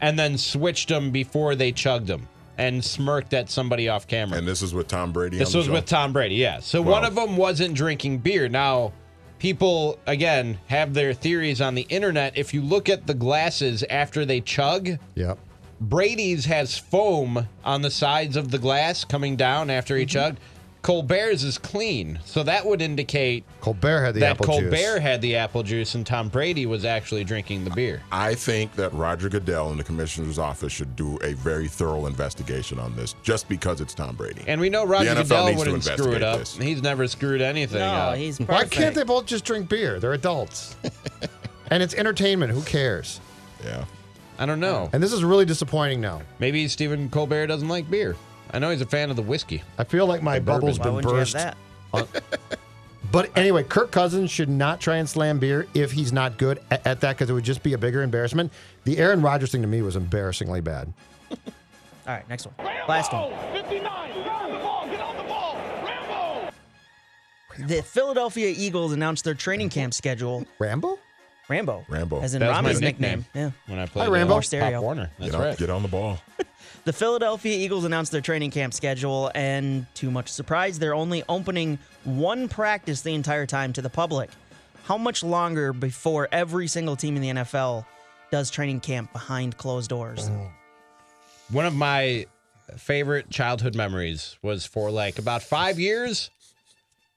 [SPEAKER 3] and then switched them before they chugged them and smirked at somebody off camera.
[SPEAKER 4] And this is with Tom Brady.
[SPEAKER 3] This
[SPEAKER 4] on the
[SPEAKER 3] was
[SPEAKER 4] show.
[SPEAKER 3] with Tom Brady, yeah. So one of them wasn't drinking beer. Now, people again have their theories on the internet. If you look at the glasses after they chug,
[SPEAKER 5] Yep.
[SPEAKER 3] Brady's has foam on the sides of the glass coming down after
[SPEAKER 6] Mm-hmm.
[SPEAKER 3] he chugged. Colbert's is clean, so that would indicate
[SPEAKER 5] Colbert had the
[SPEAKER 3] that
[SPEAKER 5] apple
[SPEAKER 3] Colbert
[SPEAKER 5] juice.
[SPEAKER 3] had the apple juice and Tom Brady was actually drinking the beer.
[SPEAKER 4] I think that Roger Goodell in the commissioner's office should do a very thorough investigation on this, just because it's Tom Brady.
[SPEAKER 3] And we know Roger
[SPEAKER 4] NFL
[SPEAKER 3] Goodell
[SPEAKER 4] needs to
[SPEAKER 3] wouldn't screw it
[SPEAKER 4] investigate
[SPEAKER 3] up.
[SPEAKER 4] this.
[SPEAKER 3] He's never screwed anything
[SPEAKER 6] no,
[SPEAKER 3] up.
[SPEAKER 6] he's
[SPEAKER 5] Why can't
[SPEAKER 6] perfect.
[SPEAKER 5] they both just drink beer? They're adults. and it's entertainment. Who cares?
[SPEAKER 4] yeah,
[SPEAKER 3] I don't know.
[SPEAKER 5] And this is really disappointing now.
[SPEAKER 3] Maybe Stephen Colbert doesn't like beer. I know he's a fan of the whiskey.
[SPEAKER 5] I feel like my bubble's
[SPEAKER 6] Why
[SPEAKER 5] been
[SPEAKER 6] wouldn't
[SPEAKER 5] burst.
[SPEAKER 6] you have that?
[SPEAKER 5] But anyway, Kirk Cousins should not try and slam beer if he's not good a- at, that because it would just be a bigger embarrassment. The Aaron Rodgers thing to me was embarrassingly bad.
[SPEAKER 6] All right, next one. Last one.
[SPEAKER 8] 59. Ball, Oh, get on the ball. Rambo.
[SPEAKER 6] The Philadelphia Eagles announced their training camp schedule.
[SPEAKER 5] Rambo?
[SPEAKER 6] Rambo.
[SPEAKER 4] Rambo.
[SPEAKER 6] As in
[SPEAKER 3] That was
[SPEAKER 6] Rami's
[SPEAKER 3] my
[SPEAKER 6] nickname.
[SPEAKER 3] When I played
[SPEAKER 5] Hi, Rambo.
[SPEAKER 3] uh,
[SPEAKER 5] Or
[SPEAKER 6] stereo.
[SPEAKER 3] Pop Warner. That's
[SPEAKER 4] get on,
[SPEAKER 3] right.
[SPEAKER 4] get on the ball.
[SPEAKER 6] Yeah. The Philadelphia Eagles announced their training camp schedule, and to much surprise, they're only opening one practice the entire time to the public. How much longer before every single team in the NFL does training camp behind closed doors?
[SPEAKER 3] Mm. One of my favorite childhood memories was for like about five years,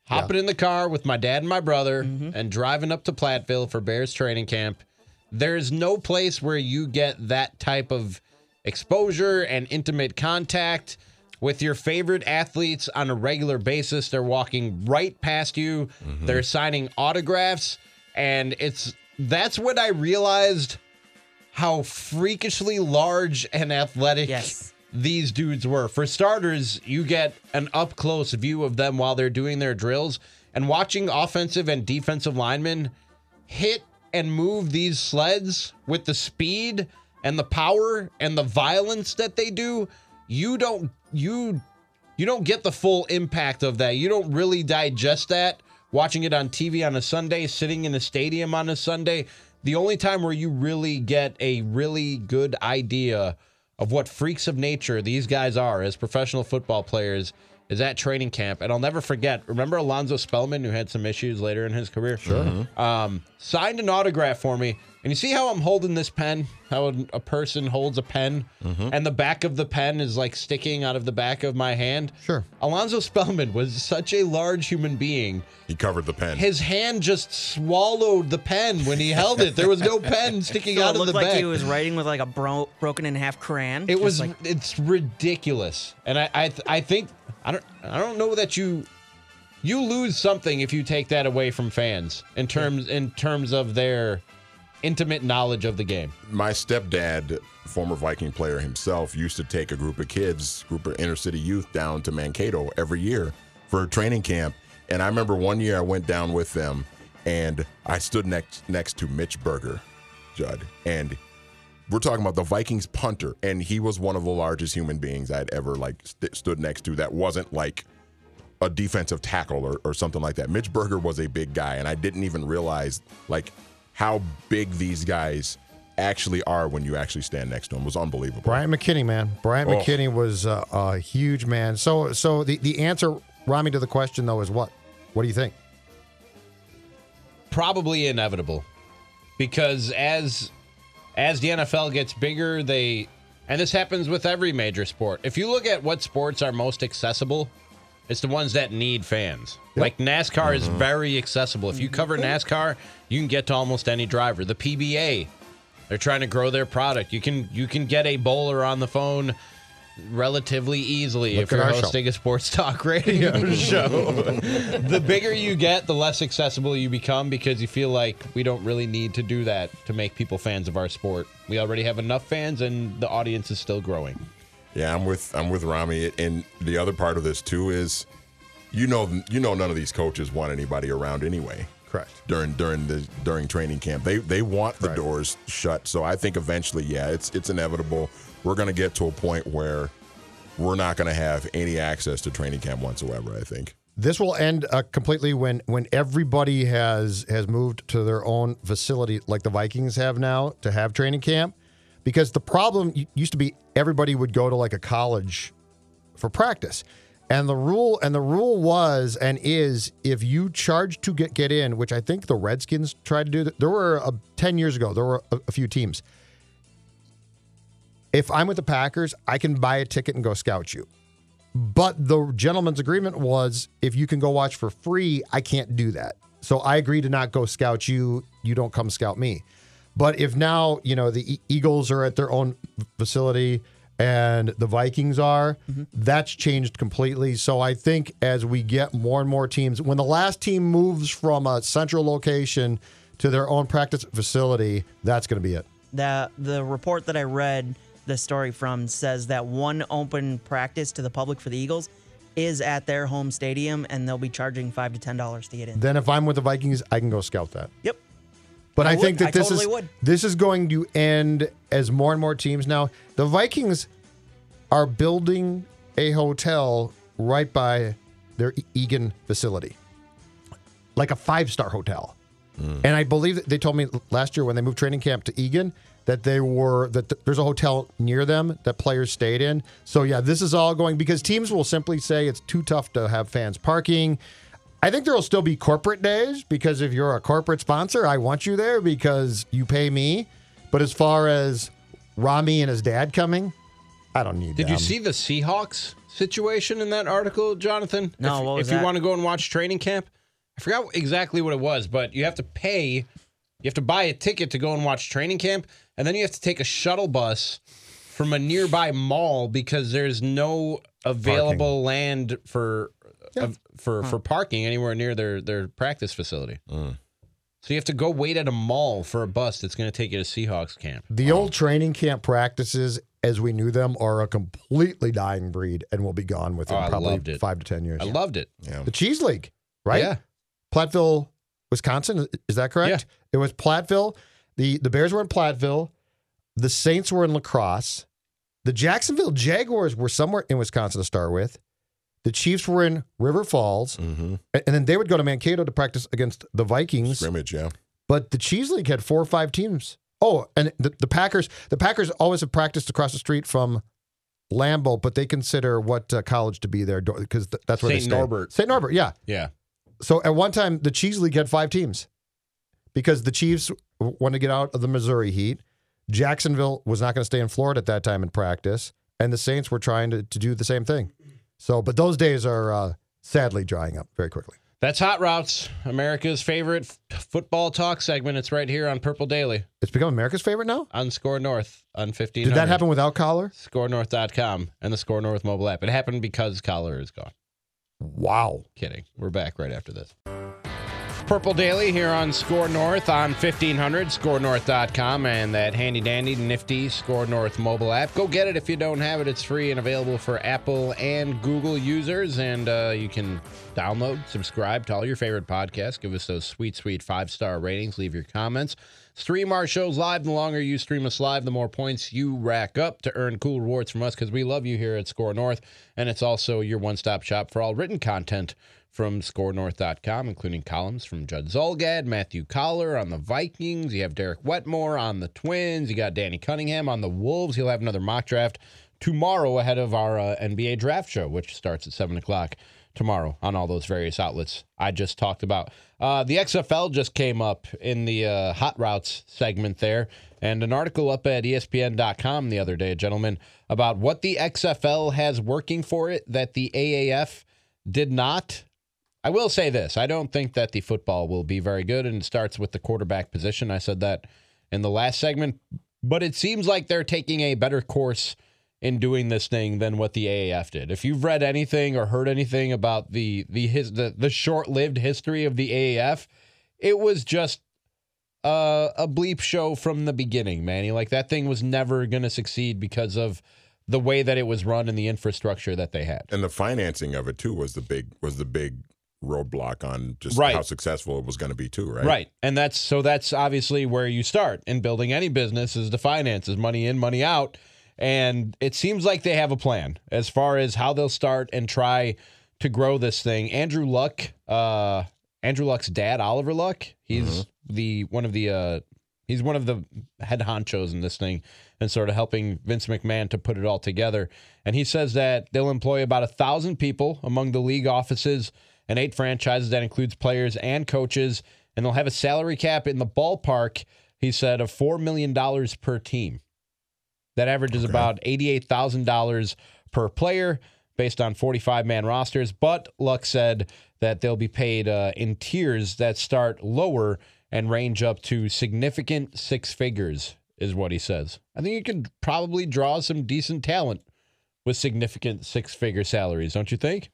[SPEAKER 3] hopping in the car with my dad and my brother and driving up to Platteville for Bears training camp. There's no place where you get that type of exposure and intimate contact with your favorite athletes on a regular basis. They're walking right past you, they're signing autographs, and it's that's when I realized how freakishly large and athletic
[SPEAKER 6] Yes.
[SPEAKER 3] these dudes were. For starters, you get an up close view of them while they're doing their drills and watching offensive and defensive linemen hit and move these sleds with the speed and the power and the violence that they do. You don't you you don't get the full impact of that. You don't really digest that watching it on TV on a Sunday, sitting in a stadium on a Sunday. The only time where you really get a really good idea of what freaks of nature these guys are as professional football players is at training camp. And I'll never forget, remember Alonzo Spellman, who had some issues later in his career? Sure. Um, signed an autograph for me, And you see how I'm holding this pen? How a- a person holds a pen, and the back of the pen is like sticking out of the back of my hand.
[SPEAKER 5] Sure.
[SPEAKER 3] Alonzo Spellman was such a large human being.
[SPEAKER 4] He covered the pen.
[SPEAKER 3] His hand just swallowed the pen when he held it. There was no pen sticking
[SPEAKER 6] So
[SPEAKER 3] out
[SPEAKER 6] it
[SPEAKER 3] of
[SPEAKER 6] looked
[SPEAKER 3] the
[SPEAKER 6] like
[SPEAKER 3] back.
[SPEAKER 6] he was writing with like a bro- broken in half crayon.
[SPEAKER 3] It
[SPEAKER 6] Just
[SPEAKER 3] was.
[SPEAKER 6] like,
[SPEAKER 3] it's ridiculous, and I, I, I think I don't. I don't know that you, you lose something if you take that away from fans in terms in terms of their intimate knowledge of the game.
[SPEAKER 4] my stepdad, former Viking player himself, used to take a group of kids, group of inner city youth, down to Mankato every year for a training camp. And I remember one year I went down with them, and I stood next next to Mitch Berger, Judd, and we're talking about the Vikings punter, and he was one of the largest human beings I'd ever like st- stood next to. That wasn't like a defensive tackle or, or something like that. Mitch Berger was a big guy, and I didn't even realize like how big these guys actually are when you actually stand next to him. It was unbelievable.
[SPEAKER 5] Bryant McKinney, man. Bryant
[SPEAKER 4] Oh.
[SPEAKER 5] McKinney was uh, a huge man. So, so the, the answer, Rami, to the question though is what? What do you think?
[SPEAKER 3] Probably inevitable, because as as the NFL gets bigger, they and this happens with every major sport. If you look at what sports are most accessible, it's the ones that need fans. Like NASCAR is
[SPEAKER 5] Mm-hmm.
[SPEAKER 3] very accessible. If you cover NASCAR, you can get to almost any driver. The PBA, they're trying to grow their product. You can you can get a bowler on the phone relatively easily if
[SPEAKER 5] at
[SPEAKER 3] you're
[SPEAKER 5] our show.
[SPEAKER 3] hosting a sports talk radio show. the bigger you get, the less accessible you become because you feel like we don't really need to do that to make people fans of our sport. We already have enough fans and the audience is still growing.
[SPEAKER 4] Yeah, I'm with I'm with Rami, and the other part of this too is, you know, you know, none of these coaches want anybody around anyway.
[SPEAKER 5] Correct.
[SPEAKER 4] During during the during training camp, they they want the doors shut. So I think eventually, yeah, it's it's inevitable. We're gonna get to a point where we're not gonna have any access to training camp whatsoever. I think.
[SPEAKER 5] This will end uh, completely when when everybody has has moved to their own facility, like the Vikings have now, to have training camp. Because the problem y- used to be everybody would go to like a college for practice, and the rule and the rule was and is if you charge to get get in, which I think the Redskins tried to do. th- There were uh, ten years ago, there were a, a few teams. If I'm with the Packers, I can buy a ticket and go scout you. But the gentleman's agreement was if you can go watch for free, I can't do that. So I agree to not go scout you. You don't come scout me. But if now, you know, the E- Eagles are at their own facility and the Vikings are, that's changed completely. So I think as we get more and more teams, when the last team moves from a central location to their own practice facility, that's going to be it.
[SPEAKER 6] the the report that I read the story from says that one open practice to the public for the Eagles is at their home stadium, and they'll be charging five to ten dollars to get in.
[SPEAKER 5] Then if I'm with the Vikings, I can go scout that.
[SPEAKER 6] Yep.
[SPEAKER 5] But I,
[SPEAKER 6] I
[SPEAKER 5] think
[SPEAKER 6] would.
[SPEAKER 5] that
[SPEAKER 6] I
[SPEAKER 5] this
[SPEAKER 6] totally
[SPEAKER 5] is
[SPEAKER 6] would.
[SPEAKER 5] this is going to end as more and more teams now. The Vikings are building a hotel right by their E- Egan facility, like a five star hotel. And I believe that they told me last year when they moved training camp to Egan that they were that th- there's a hotel near them that players stayed in. So yeah, this is all going because teams will simply say it's too tough to have fans parking. I think there will still be corporate days because if you're a corporate sponsor, I want you there because you pay me. But as far as Rami and his dad coming, I don't need
[SPEAKER 3] Did
[SPEAKER 5] them.
[SPEAKER 3] you see the Seahawks situation in that article, Jonathan?
[SPEAKER 6] No,
[SPEAKER 3] if,
[SPEAKER 6] what was
[SPEAKER 3] if you
[SPEAKER 6] that?
[SPEAKER 3] want to go and watch training camp, I forgot exactly what it was, but you have to pay, you have to buy a ticket to go and watch training camp, and then you have to take a shuttle bus from a nearby mall because there's no available land for of- for for parking anywhere near their their practice facility.
[SPEAKER 6] Mm.
[SPEAKER 3] So you have to go wait at a mall for a bus that's going to take you to Seahawks camp.
[SPEAKER 5] The old training camp practices, as we knew them, are a completely dying breed and will be gone within
[SPEAKER 3] Oh, I
[SPEAKER 5] probably
[SPEAKER 3] loved it.
[SPEAKER 5] five to ten years.
[SPEAKER 3] I loved it.
[SPEAKER 5] the Cheese League, right?
[SPEAKER 3] Yeah.
[SPEAKER 5] Platteville, Wisconsin. Is that correct? It was Platteville. The the Bears were in Platteville. The Saints were in lacrosse. The Jacksonville Jaguars were somewhere in Wisconsin to start with. The Chiefs were in River
[SPEAKER 3] Mm.
[SPEAKER 5] Falls.
[SPEAKER 4] Mm-hmm.
[SPEAKER 5] A- And then they would go to Mankato to practice against the Vikings.
[SPEAKER 4] Scrimmage, yeah.
[SPEAKER 5] But the Cheese League had four or five teams. Oh, and the, the Packers, the Packers always have practiced across the street from Lambeau, but they consider what uh, college to be there because th- that's where they
[SPEAKER 3] St.
[SPEAKER 5] stay.
[SPEAKER 3] Norbert.
[SPEAKER 5] St. Norbert, yeah.
[SPEAKER 3] Yeah.
[SPEAKER 5] So at one time, the Cheese League had five teams because the Chiefs wanted to get out of the Missouri heat. Jacksonville was not going to stay in Florida at that time in practice, and the Saints were trying to, to do the same thing. So, but those days are uh, sadly drying up very quickly.
[SPEAKER 3] That's Hot Routes, America's favorite f- football talk segment. It's right here on Purple Daily
[SPEAKER 5] It's become America's favorite now.
[SPEAKER 3] on Score North on 15.
[SPEAKER 5] Did that happen without collar?
[SPEAKER 3] ScoreNorth.com and the Score North mobile app. It happened because Collar is gone.
[SPEAKER 5] Wow.
[SPEAKER 3] Kidding. We're back right after this. Purple Daily here on Score North on 1500, scorenorth.com, and that handy dandy nifty Score North mobile app. Go get it if you don't have it. It's free and available for Apple and Google users. And uh, you can download, subscribe to all your favorite podcasts. Give us those sweet, sweet five star ratings. Leave your comments. Stream our shows live. The longer you stream us live, the more points you rack up to earn cool rewards from us because we love you here at Score North. And it's also your one stop shop for all written content from scorenorth.com, including columns from Judd Zolgad, Matthew Collar on the Vikings. You have Derek Wetmore on the Twins. You got Danny Cunningham on the Wolves. He'll have another mock draft tomorrow ahead of our uh, NBA draft show, which starts at 7 o'clock tomorrow on all those various outlets I just talked about. Uh, the XFL just came up in the uh, Hot Routes segment there, and an article up at E ESPN.com the other day, gentlemen, about what the XFL has working for it that the AAF did not. I will say this I don't think that the football will be very good, and it starts with the quarterback position. I said that in the last segment, but it seems like they're taking a better course in doing this thing than what the AAF did. If you've read anything or heard anything about the the his the, the short-lived history of the AAF, it was just uh, a bleep show from the beginning, Manny. Like that thing was never going to succeed because of the way that it was run and the infrastructure that they had.
[SPEAKER 4] and the financing of it too was the big was the big roadblock on just
[SPEAKER 3] Right.
[SPEAKER 4] how successful it was going to be too, right?
[SPEAKER 3] Right. And that's so that's obviously where you start in building any business is the finances, money in, money out. And it seems like they have a plan as far as how they'll start and try to grow this thing. Andrew Luck, uh, Andrew Luck's dad, Oliver Luck, he's the one of the uh, he's one of the head honchos in this thing and sort of helping Vince McMahon to put it all together. And he says that they'll employ about a thousand people among the league offices and eight franchises that includes players and coaches, and they'll have a salary cap in the ballpark, he said, of four million dollars per team. That averages about eighty-eight thousand dollars per player, based on forty-five man rosters. But Luck said that they'll be paid uh, in tiers that start lower and range up to significant six figures, is what he says. I think you could probably draw some decent talent with significant six-figure salaries, don't you think?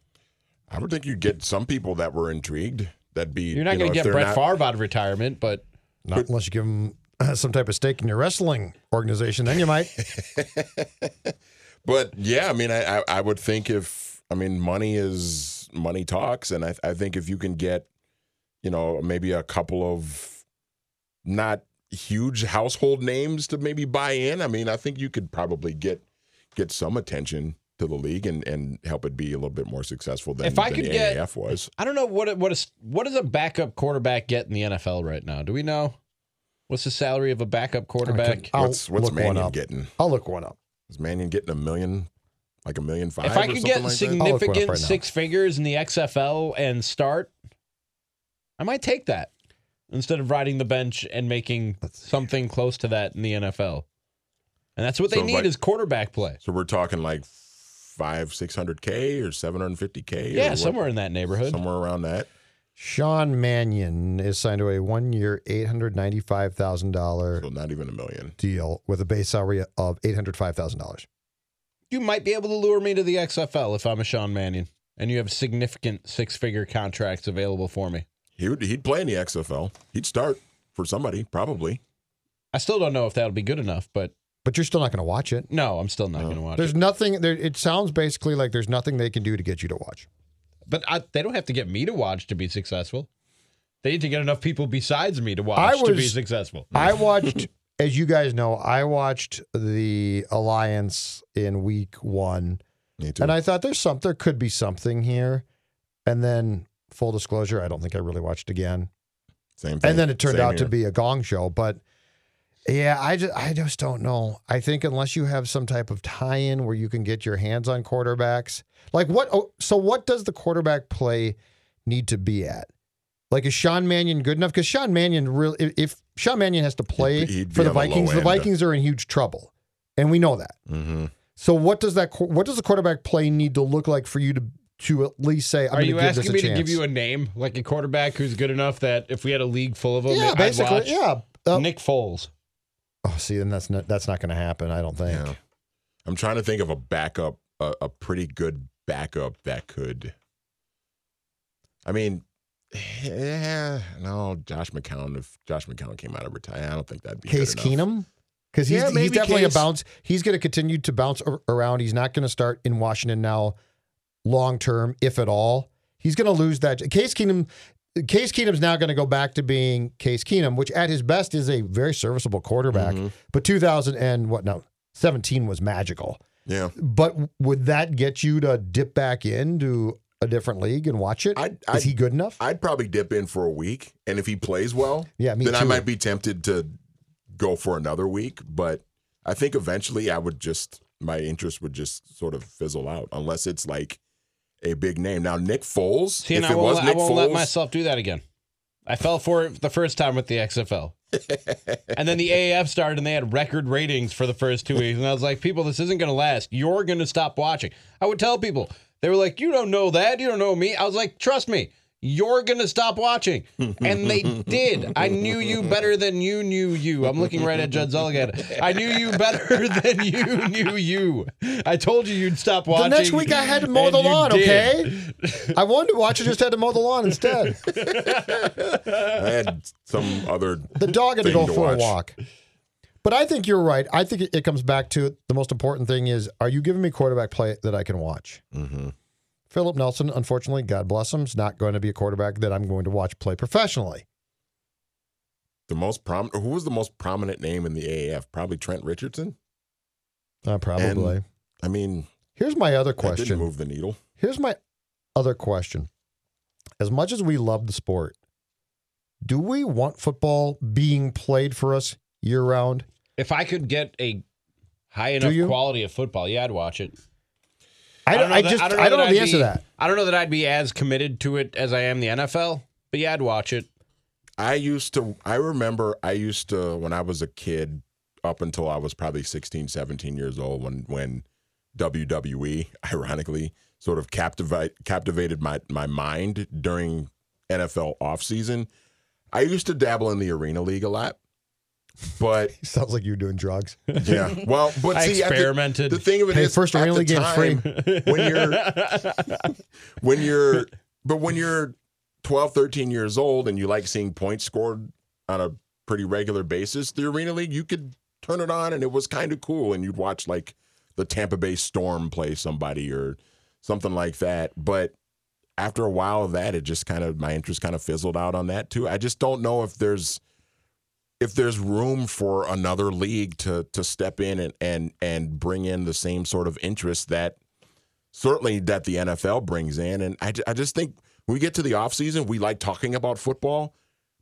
[SPEAKER 4] I would think you'd get some people that were intrigued. That'd be
[SPEAKER 3] You're not
[SPEAKER 4] you know,
[SPEAKER 3] going
[SPEAKER 4] if
[SPEAKER 3] to get
[SPEAKER 4] they're
[SPEAKER 3] Brett
[SPEAKER 4] not-
[SPEAKER 3] Favre out of retirement, but
[SPEAKER 5] Not unless you give them some type of stake in your wrestling organization, then you might.
[SPEAKER 4] But yeah, I mean, I, I I would think if I mean money is money talks, and I I think if you can get, you know, maybe a couple of, not huge household names to maybe buy in. I mean, I think you could probably get get some attention to the league and and help it be a little bit more successful than
[SPEAKER 3] If I
[SPEAKER 4] than
[SPEAKER 3] could
[SPEAKER 4] the
[SPEAKER 3] get-
[SPEAKER 4] AAF was.
[SPEAKER 3] I don't know what it- what is what does a backup quarterback get in the NFL right now? Do we know? What's the salary of a backup quarterback?
[SPEAKER 5] I'll
[SPEAKER 4] What's what's
[SPEAKER 5] look one
[SPEAKER 4] Mannion
[SPEAKER 5] up.
[SPEAKER 4] getting?
[SPEAKER 5] I'll look one up.
[SPEAKER 4] Is Mannion getting a million, like a million five?
[SPEAKER 3] If I
[SPEAKER 4] or
[SPEAKER 3] could
[SPEAKER 4] something
[SPEAKER 3] get
[SPEAKER 4] like that?
[SPEAKER 5] look one up
[SPEAKER 3] significant
[SPEAKER 5] right now.
[SPEAKER 3] six figures in the XFL and start, I might take that instead of riding the bench and making something close to that in the NFL. And that's what they
[SPEAKER 4] So,
[SPEAKER 3] need
[SPEAKER 4] like-
[SPEAKER 3] is quarterback play.
[SPEAKER 4] So we're talking like five, six hundred k or seven hundred fifty k.
[SPEAKER 3] Yeah, somewhere in that neighborhood.
[SPEAKER 4] somewhere around that.
[SPEAKER 5] Sean Mannion is signed to a one year, $895,000
[SPEAKER 4] So not even a million.
[SPEAKER 5] deal with a base salary of $805,000.
[SPEAKER 3] You might be able to lure me to the XFL if I'm a Sean Mannion and you have significant six figure contracts available for me.
[SPEAKER 4] He would he'd play in the XFL. He'd start for somebody probably.
[SPEAKER 3] I still don't know if that'll be good enough, but
[SPEAKER 5] But you're still not going to watch it.
[SPEAKER 3] no, I'm still not going to watch
[SPEAKER 5] There's
[SPEAKER 3] it.
[SPEAKER 5] nothing there. It sounds basically like there's nothing they can do to get you to watch.
[SPEAKER 3] But I, they don't have to get me to watch to be successful. They need to get enough people besides me to watch
[SPEAKER 5] I
[SPEAKER 3] to be
[SPEAKER 5] was-
[SPEAKER 3] successful.
[SPEAKER 5] I watched, as you guys know, I watched the Alliance in week one.
[SPEAKER 4] Me too.
[SPEAKER 5] And I thought there's some there could be something here. And then full disclosure, I don't think I really watched again.
[SPEAKER 4] Same thing.
[SPEAKER 5] And then it turned
[SPEAKER 4] Same
[SPEAKER 5] out to
[SPEAKER 4] here.
[SPEAKER 5] be a gong show, but yeah, I just I just don't know. I think unless you have some type of tie-in where you can get your hands on quarterbacks. Like what oh, so what does the quarterback play need to be at? Like is Sean Mannion good enough? Because Sean Mannion really, if- if Sean Mannion has to play
[SPEAKER 4] He'd be- he'd be
[SPEAKER 5] for the
[SPEAKER 4] on the low
[SPEAKER 5] Vikings, the
[SPEAKER 4] end.
[SPEAKER 5] Vikings are in huge trouble, and we know that.
[SPEAKER 4] Mm-hmm.
[SPEAKER 5] So what does that qu- what does the quarterback play need to look like for you to to at least say I'm
[SPEAKER 3] Are
[SPEAKER 5] going
[SPEAKER 3] you
[SPEAKER 5] to give this
[SPEAKER 3] asking
[SPEAKER 5] a
[SPEAKER 3] me
[SPEAKER 5] chance?
[SPEAKER 3] to give you a name, like a quarterback who's good enough that if we had a league full of them,
[SPEAKER 5] yeah,
[SPEAKER 3] I'd
[SPEAKER 5] basically,
[SPEAKER 3] watch?
[SPEAKER 5] yeah. Uh,
[SPEAKER 3] Nick Foles.
[SPEAKER 5] oh, see, then that's not that's not going to happen. I don't think.
[SPEAKER 4] Yeah. I'm trying to think of a backup, a, a pretty good backup that could. I mean, yeah, no, Josh McCown. If Josh McCown came out of retire, I don't think that'd be
[SPEAKER 5] Case
[SPEAKER 4] good enough.
[SPEAKER 5] Keenum. Because he's,
[SPEAKER 4] Yeah,
[SPEAKER 5] he's
[SPEAKER 4] maybe
[SPEAKER 5] definitely
[SPEAKER 4] Case.
[SPEAKER 5] a bounce. He's going to continue to bounce ar- around. He's not going to start in Washington now, long term, if at all. He's going to lose that. Case Keenum. Case Keenum's now going to go back to being Case Keenum, which at his best is a very serviceable quarterback.
[SPEAKER 4] Mm-hmm.
[SPEAKER 5] But 2000 and what now? 17 was magical.
[SPEAKER 4] Yeah,
[SPEAKER 5] But would that get you to dip back into a different league and watch it? Is
[SPEAKER 4] I'd- I'd-
[SPEAKER 5] he good enough?
[SPEAKER 4] I'd probably dip in for a week, and if he plays well,
[SPEAKER 5] Yeah, me
[SPEAKER 4] then I
[SPEAKER 5] too.
[SPEAKER 4] might be tempted to go for another week. But I think eventually, I would just my interest would just sort of fizzle out unless it's like a big name. Now, Nick Foles.
[SPEAKER 3] See,
[SPEAKER 4] if
[SPEAKER 3] and I
[SPEAKER 4] it
[SPEAKER 3] won't,
[SPEAKER 4] was
[SPEAKER 3] let- I
[SPEAKER 4] Nick
[SPEAKER 3] won't let
[SPEAKER 4] Foles,
[SPEAKER 3] myself do that again. I fell for it the first time with the XFL. and then the AAF started and they had record ratings for the first two weeks. And I was like, people, this isn't going to last. You're going to stop watching. I would tell people, they were like, you don't know that. You don't know me. I was like, trust me, you're going to stop watching. And they did. I knew you better than you knew you. I'm looking right at Judd Zulligan. I knew you better than you knew you. I told you you'd stop
[SPEAKER 5] the
[SPEAKER 3] watching.
[SPEAKER 5] next week I had to mow
[SPEAKER 3] and
[SPEAKER 5] the
[SPEAKER 3] you
[SPEAKER 5] lawn,
[SPEAKER 3] did.
[SPEAKER 5] okay? I wanted to watch it, just had to mow the lawn instead.
[SPEAKER 4] I had some other
[SPEAKER 5] The dog had to
[SPEAKER 4] thing
[SPEAKER 5] go for
[SPEAKER 4] watch.
[SPEAKER 5] a walk. But I think you're right. I think it- it comes back to the most important thing is are you giving me quarterback play that I can watch? Mm-hmm. Philip Nelson, unfortunately, God bless him, is not going to be a quarterback that I'm going to watch play professionally.
[SPEAKER 4] The most prom who was the most prominent name in the AAF? Probably Trent Richardson.
[SPEAKER 5] Uh, probably.
[SPEAKER 4] And, I mean,
[SPEAKER 5] Here's my other
[SPEAKER 4] that didn't
[SPEAKER 5] question.
[SPEAKER 4] move the needle.
[SPEAKER 5] Here's my other question. As much as we love the sport, do we want football being played for us year round?
[SPEAKER 3] If I could get a high
[SPEAKER 5] Do
[SPEAKER 3] enough
[SPEAKER 5] you?
[SPEAKER 3] quality of football, yeah, I'd watch it.
[SPEAKER 5] I, don't, I
[SPEAKER 3] that-
[SPEAKER 5] just I don't know,
[SPEAKER 3] that
[SPEAKER 5] the
[SPEAKER 3] I'd
[SPEAKER 5] answer
[SPEAKER 3] be-
[SPEAKER 5] to that.
[SPEAKER 3] I don't know that I'd be as committed to it as I am the NFL, but yeah, I'd watch it.
[SPEAKER 4] I used to, I remember I used to, when I was a kid, up until I was probably 16, 17 years old, when, when WWE, ironically, sort of captivate, captivated my, my mind during NFL offseason. I used to dabble in the Arena League a lot, but
[SPEAKER 5] Sounds like you're doing drugs.
[SPEAKER 4] yeah, well, but
[SPEAKER 3] I
[SPEAKER 4] see, at the-
[SPEAKER 3] experimented.
[SPEAKER 4] The, thing of it is,
[SPEAKER 5] Hey, first
[SPEAKER 4] at
[SPEAKER 5] Arena
[SPEAKER 4] the
[SPEAKER 5] League game's free.
[SPEAKER 4] time, when you're when you're but when you're 12 13 years old and you like seeing points scored on a pretty regular basis the arena league you could turn it on and it was kind of cool and you'd watch like the tampa bay storm play somebody or something like that but after a while of that it just kind of my interest kind of fizzled out on that too i just don't know if there's if there's room for another league to to step in and and and bring in the same sort of interest that certainly that the NFL brings in. And I, ju- I just think when we get to the offseason, we like talking about football,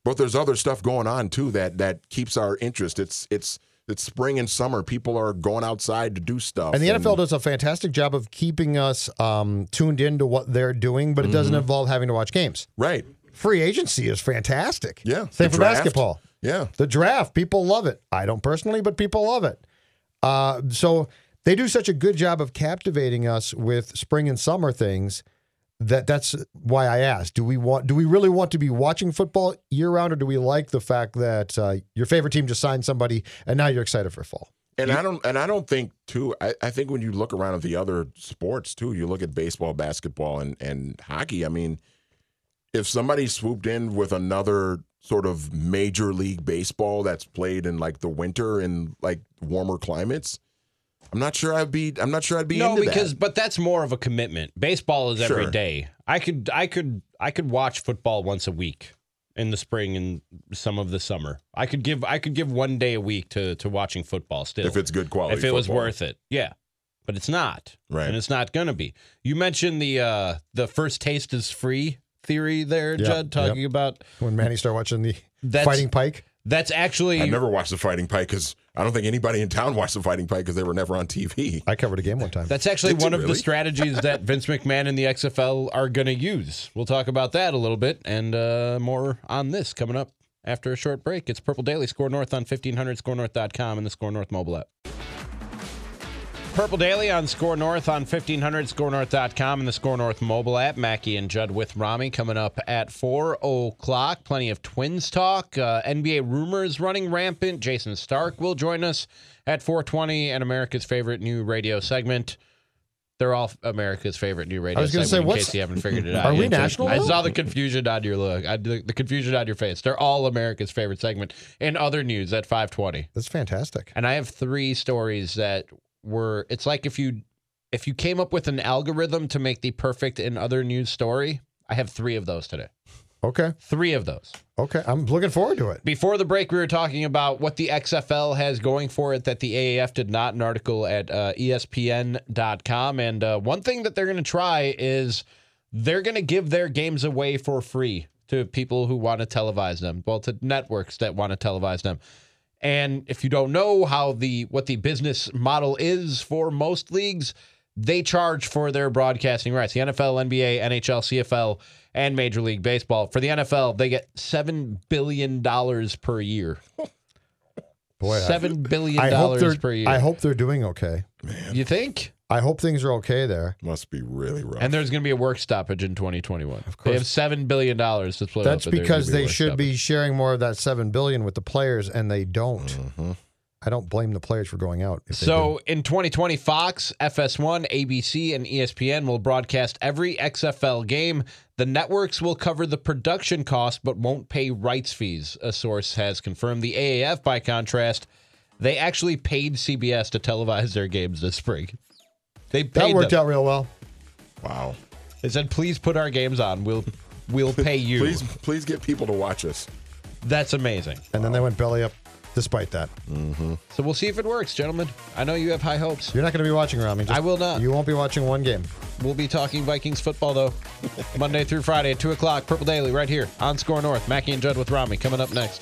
[SPEAKER 4] but there's other stuff going on too that that keeps our interest. It's it's it's spring and summer. People are going outside to do stuff.
[SPEAKER 5] And the NFL does a fantastic job of keeping us um, tuned into what they're doing, but it doesn't
[SPEAKER 4] Mm-hmm.
[SPEAKER 5] involve having to watch games.
[SPEAKER 4] right.
[SPEAKER 5] Free agency is fantastic.
[SPEAKER 4] Yeah,
[SPEAKER 5] Same
[SPEAKER 4] the
[SPEAKER 5] for
[SPEAKER 4] draft.
[SPEAKER 5] basketball.
[SPEAKER 4] Yeah.
[SPEAKER 5] The draft, people love it. I don't personally, but people love it. Uh, so they do such a good job of captivating us with spring and summer things that that's why I asked: Do we want? Do we really want to be watching football year round, or do we like the fact that uh, your favorite team just signed somebody and now you're excited for fall?
[SPEAKER 4] And I don't and I don't think too I, I think when you look around at the other sports too, you look at baseball, basketball and and hockey, I mean, if somebody swooped in with another sort of major league baseball that's played in like the winter in like warmer climates, I'm not sure I'd be I'm not sure I'd be
[SPEAKER 3] no,
[SPEAKER 4] into
[SPEAKER 3] because
[SPEAKER 4] that.
[SPEAKER 3] but that's more of a commitment. Baseball is every
[SPEAKER 4] Sure.
[SPEAKER 3] day. I could I could I could watch football once a week in the spring and some of the summer. I could give I could give one day a week to to watching football still.
[SPEAKER 4] If it's good quality
[SPEAKER 3] if it was
[SPEAKER 4] football.
[SPEAKER 3] worth it. Yeah. But it's not.
[SPEAKER 4] Right.
[SPEAKER 3] And it's not gonna be. You mentioned the uh the first taste is free theory there,
[SPEAKER 5] Yep,
[SPEAKER 3] Judd, talking about
[SPEAKER 5] When Manny started watching the
[SPEAKER 3] That's-
[SPEAKER 5] Fighting Pike,
[SPEAKER 3] that's actually
[SPEAKER 4] I never watched the Fighting Pike because I don't think anybody in town watched the fighting fight because they were never on TV.
[SPEAKER 5] I covered a game one time.
[SPEAKER 3] That's actually
[SPEAKER 4] Did you
[SPEAKER 3] one of the
[SPEAKER 4] really?
[SPEAKER 3] strategies that Vince McMahon and the XFL are going to use. We'll talk about that a little bit and uh, more on this coming up after a short break. It's Purple Daily Score North on 1500 scorenorth.com and the Score North mobile app. Purple Daily on Score North on 1500 scorenorth.com and the Score North mobile app. Mackie and Judd with Rami coming up at 4 o'clock. Plenty of Twins talk. Uh, NBA rumors running rampant. Jason Stark will join us at 420 and America's favorite new radio segment. They're all America's favorite new radio
[SPEAKER 5] I was gonna
[SPEAKER 3] segment
[SPEAKER 5] say,
[SPEAKER 3] in
[SPEAKER 5] what's-
[SPEAKER 3] case you haven't figured it out.
[SPEAKER 5] Are we
[SPEAKER 3] yet. So
[SPEAKER 5] national
[SPEAKER 3] I
[SPEAKER 5] now?
[SPEAKER 3] saw the confusion on your look. I, the, the confusion on your face. They're all America's favorite segment. And other news at 520
[SPEAKER 5] That's fantastic.
[SPEAKER 3] and I have three stories that were. It's like if you if you came up with an algorithm to make the perfect in other news story. I have three of those today.
[SPEAKER 5] Okay.
[SPEAKER 3] Three of those.
[SPEAKER 5] Okay. I'm looking forward to it.
[SPEAKER 3] Before the break, we were talking about what the XFL has going for it that the AAF did not. An article at uh, ESPN.com, and uh, one thing that they're going to try is they're going to give their games away for free to people who want to televise them. Well, to networks that want to televise them. And if you don't know how the what the business model is for most leagues, they charge for their broadcasting rights. The NFL, NBA, NHL, CFL, and Major League Baseball. For the NFL, they get seven billion dollars per year.
[SPEAKER 5] Boy, I-
[SPEAKER 3] seven billion
[SPEAKER 5] I hope
[SPEAKER 3] dollars
[SPEAKER 5] they're.
[SPEAKER 3] per year.
[SPEAKER 5] I hope they're doing okay.
[SPEAKER 3] you think?
[SPEAKER 5] I hope things are okay there.
[SPEAKER 4] Must be really rough.
[SPEAKER 3] And there's going to be a work stoppage in 2021. Of course.
[SPEAKER 5] course.
[SPEAKER 3] They have seven billion dollars to split.
[SPEAKER 5] That's
[SPEAKER 3] up, but there's gonna
[SPEAKER 5] because they
[SPEAKER 3] work
[SPEAKER 5] should
[SPEAKER 3] stoppage.
[SPEAKER 5] be sharing more of that seven billion with the players, and they don't. I don't blame the players for going out. if they do.
[SPEAKER 3] Mm-hmm. So in 2020, Fox, FS1, ABC, and E ESPN will broadcast every XFL game. The networks will cover the production cost but won't pay rights fees, a source has confirmed. The AAF, by contrast, they actually paid CBS to televise their games this spring. They paid
[SPEAKER 5] that worked
[SPEAKER 3] them.
[SPEAKER 5] out real well.
[SPEAKER 4] wow.
[SPEAKER 3] They said, "Please put our games on. We'll we'll pay you."
[SPEAKER 4] Please, please get people to watch us.
[SPEAKER 3] That's amazing.
[SPEAKER 5] And then they went belly up despite that.
[SPEAKER 3] So we'll see if it works, gentlemen. I know you have high hopes.
[SPEAKER 5] You're not going to be watching Rami. Just-
[SPEAKER 3] I will not.
[SPEAKER 5] You won't be watching one game.
[SPEAKER 3] We'll be talking Vikings football, though, Monday through Friday at 2 o'clock, Purple Daily, right here on Score North. Mackie and Judd with Rami coming up next.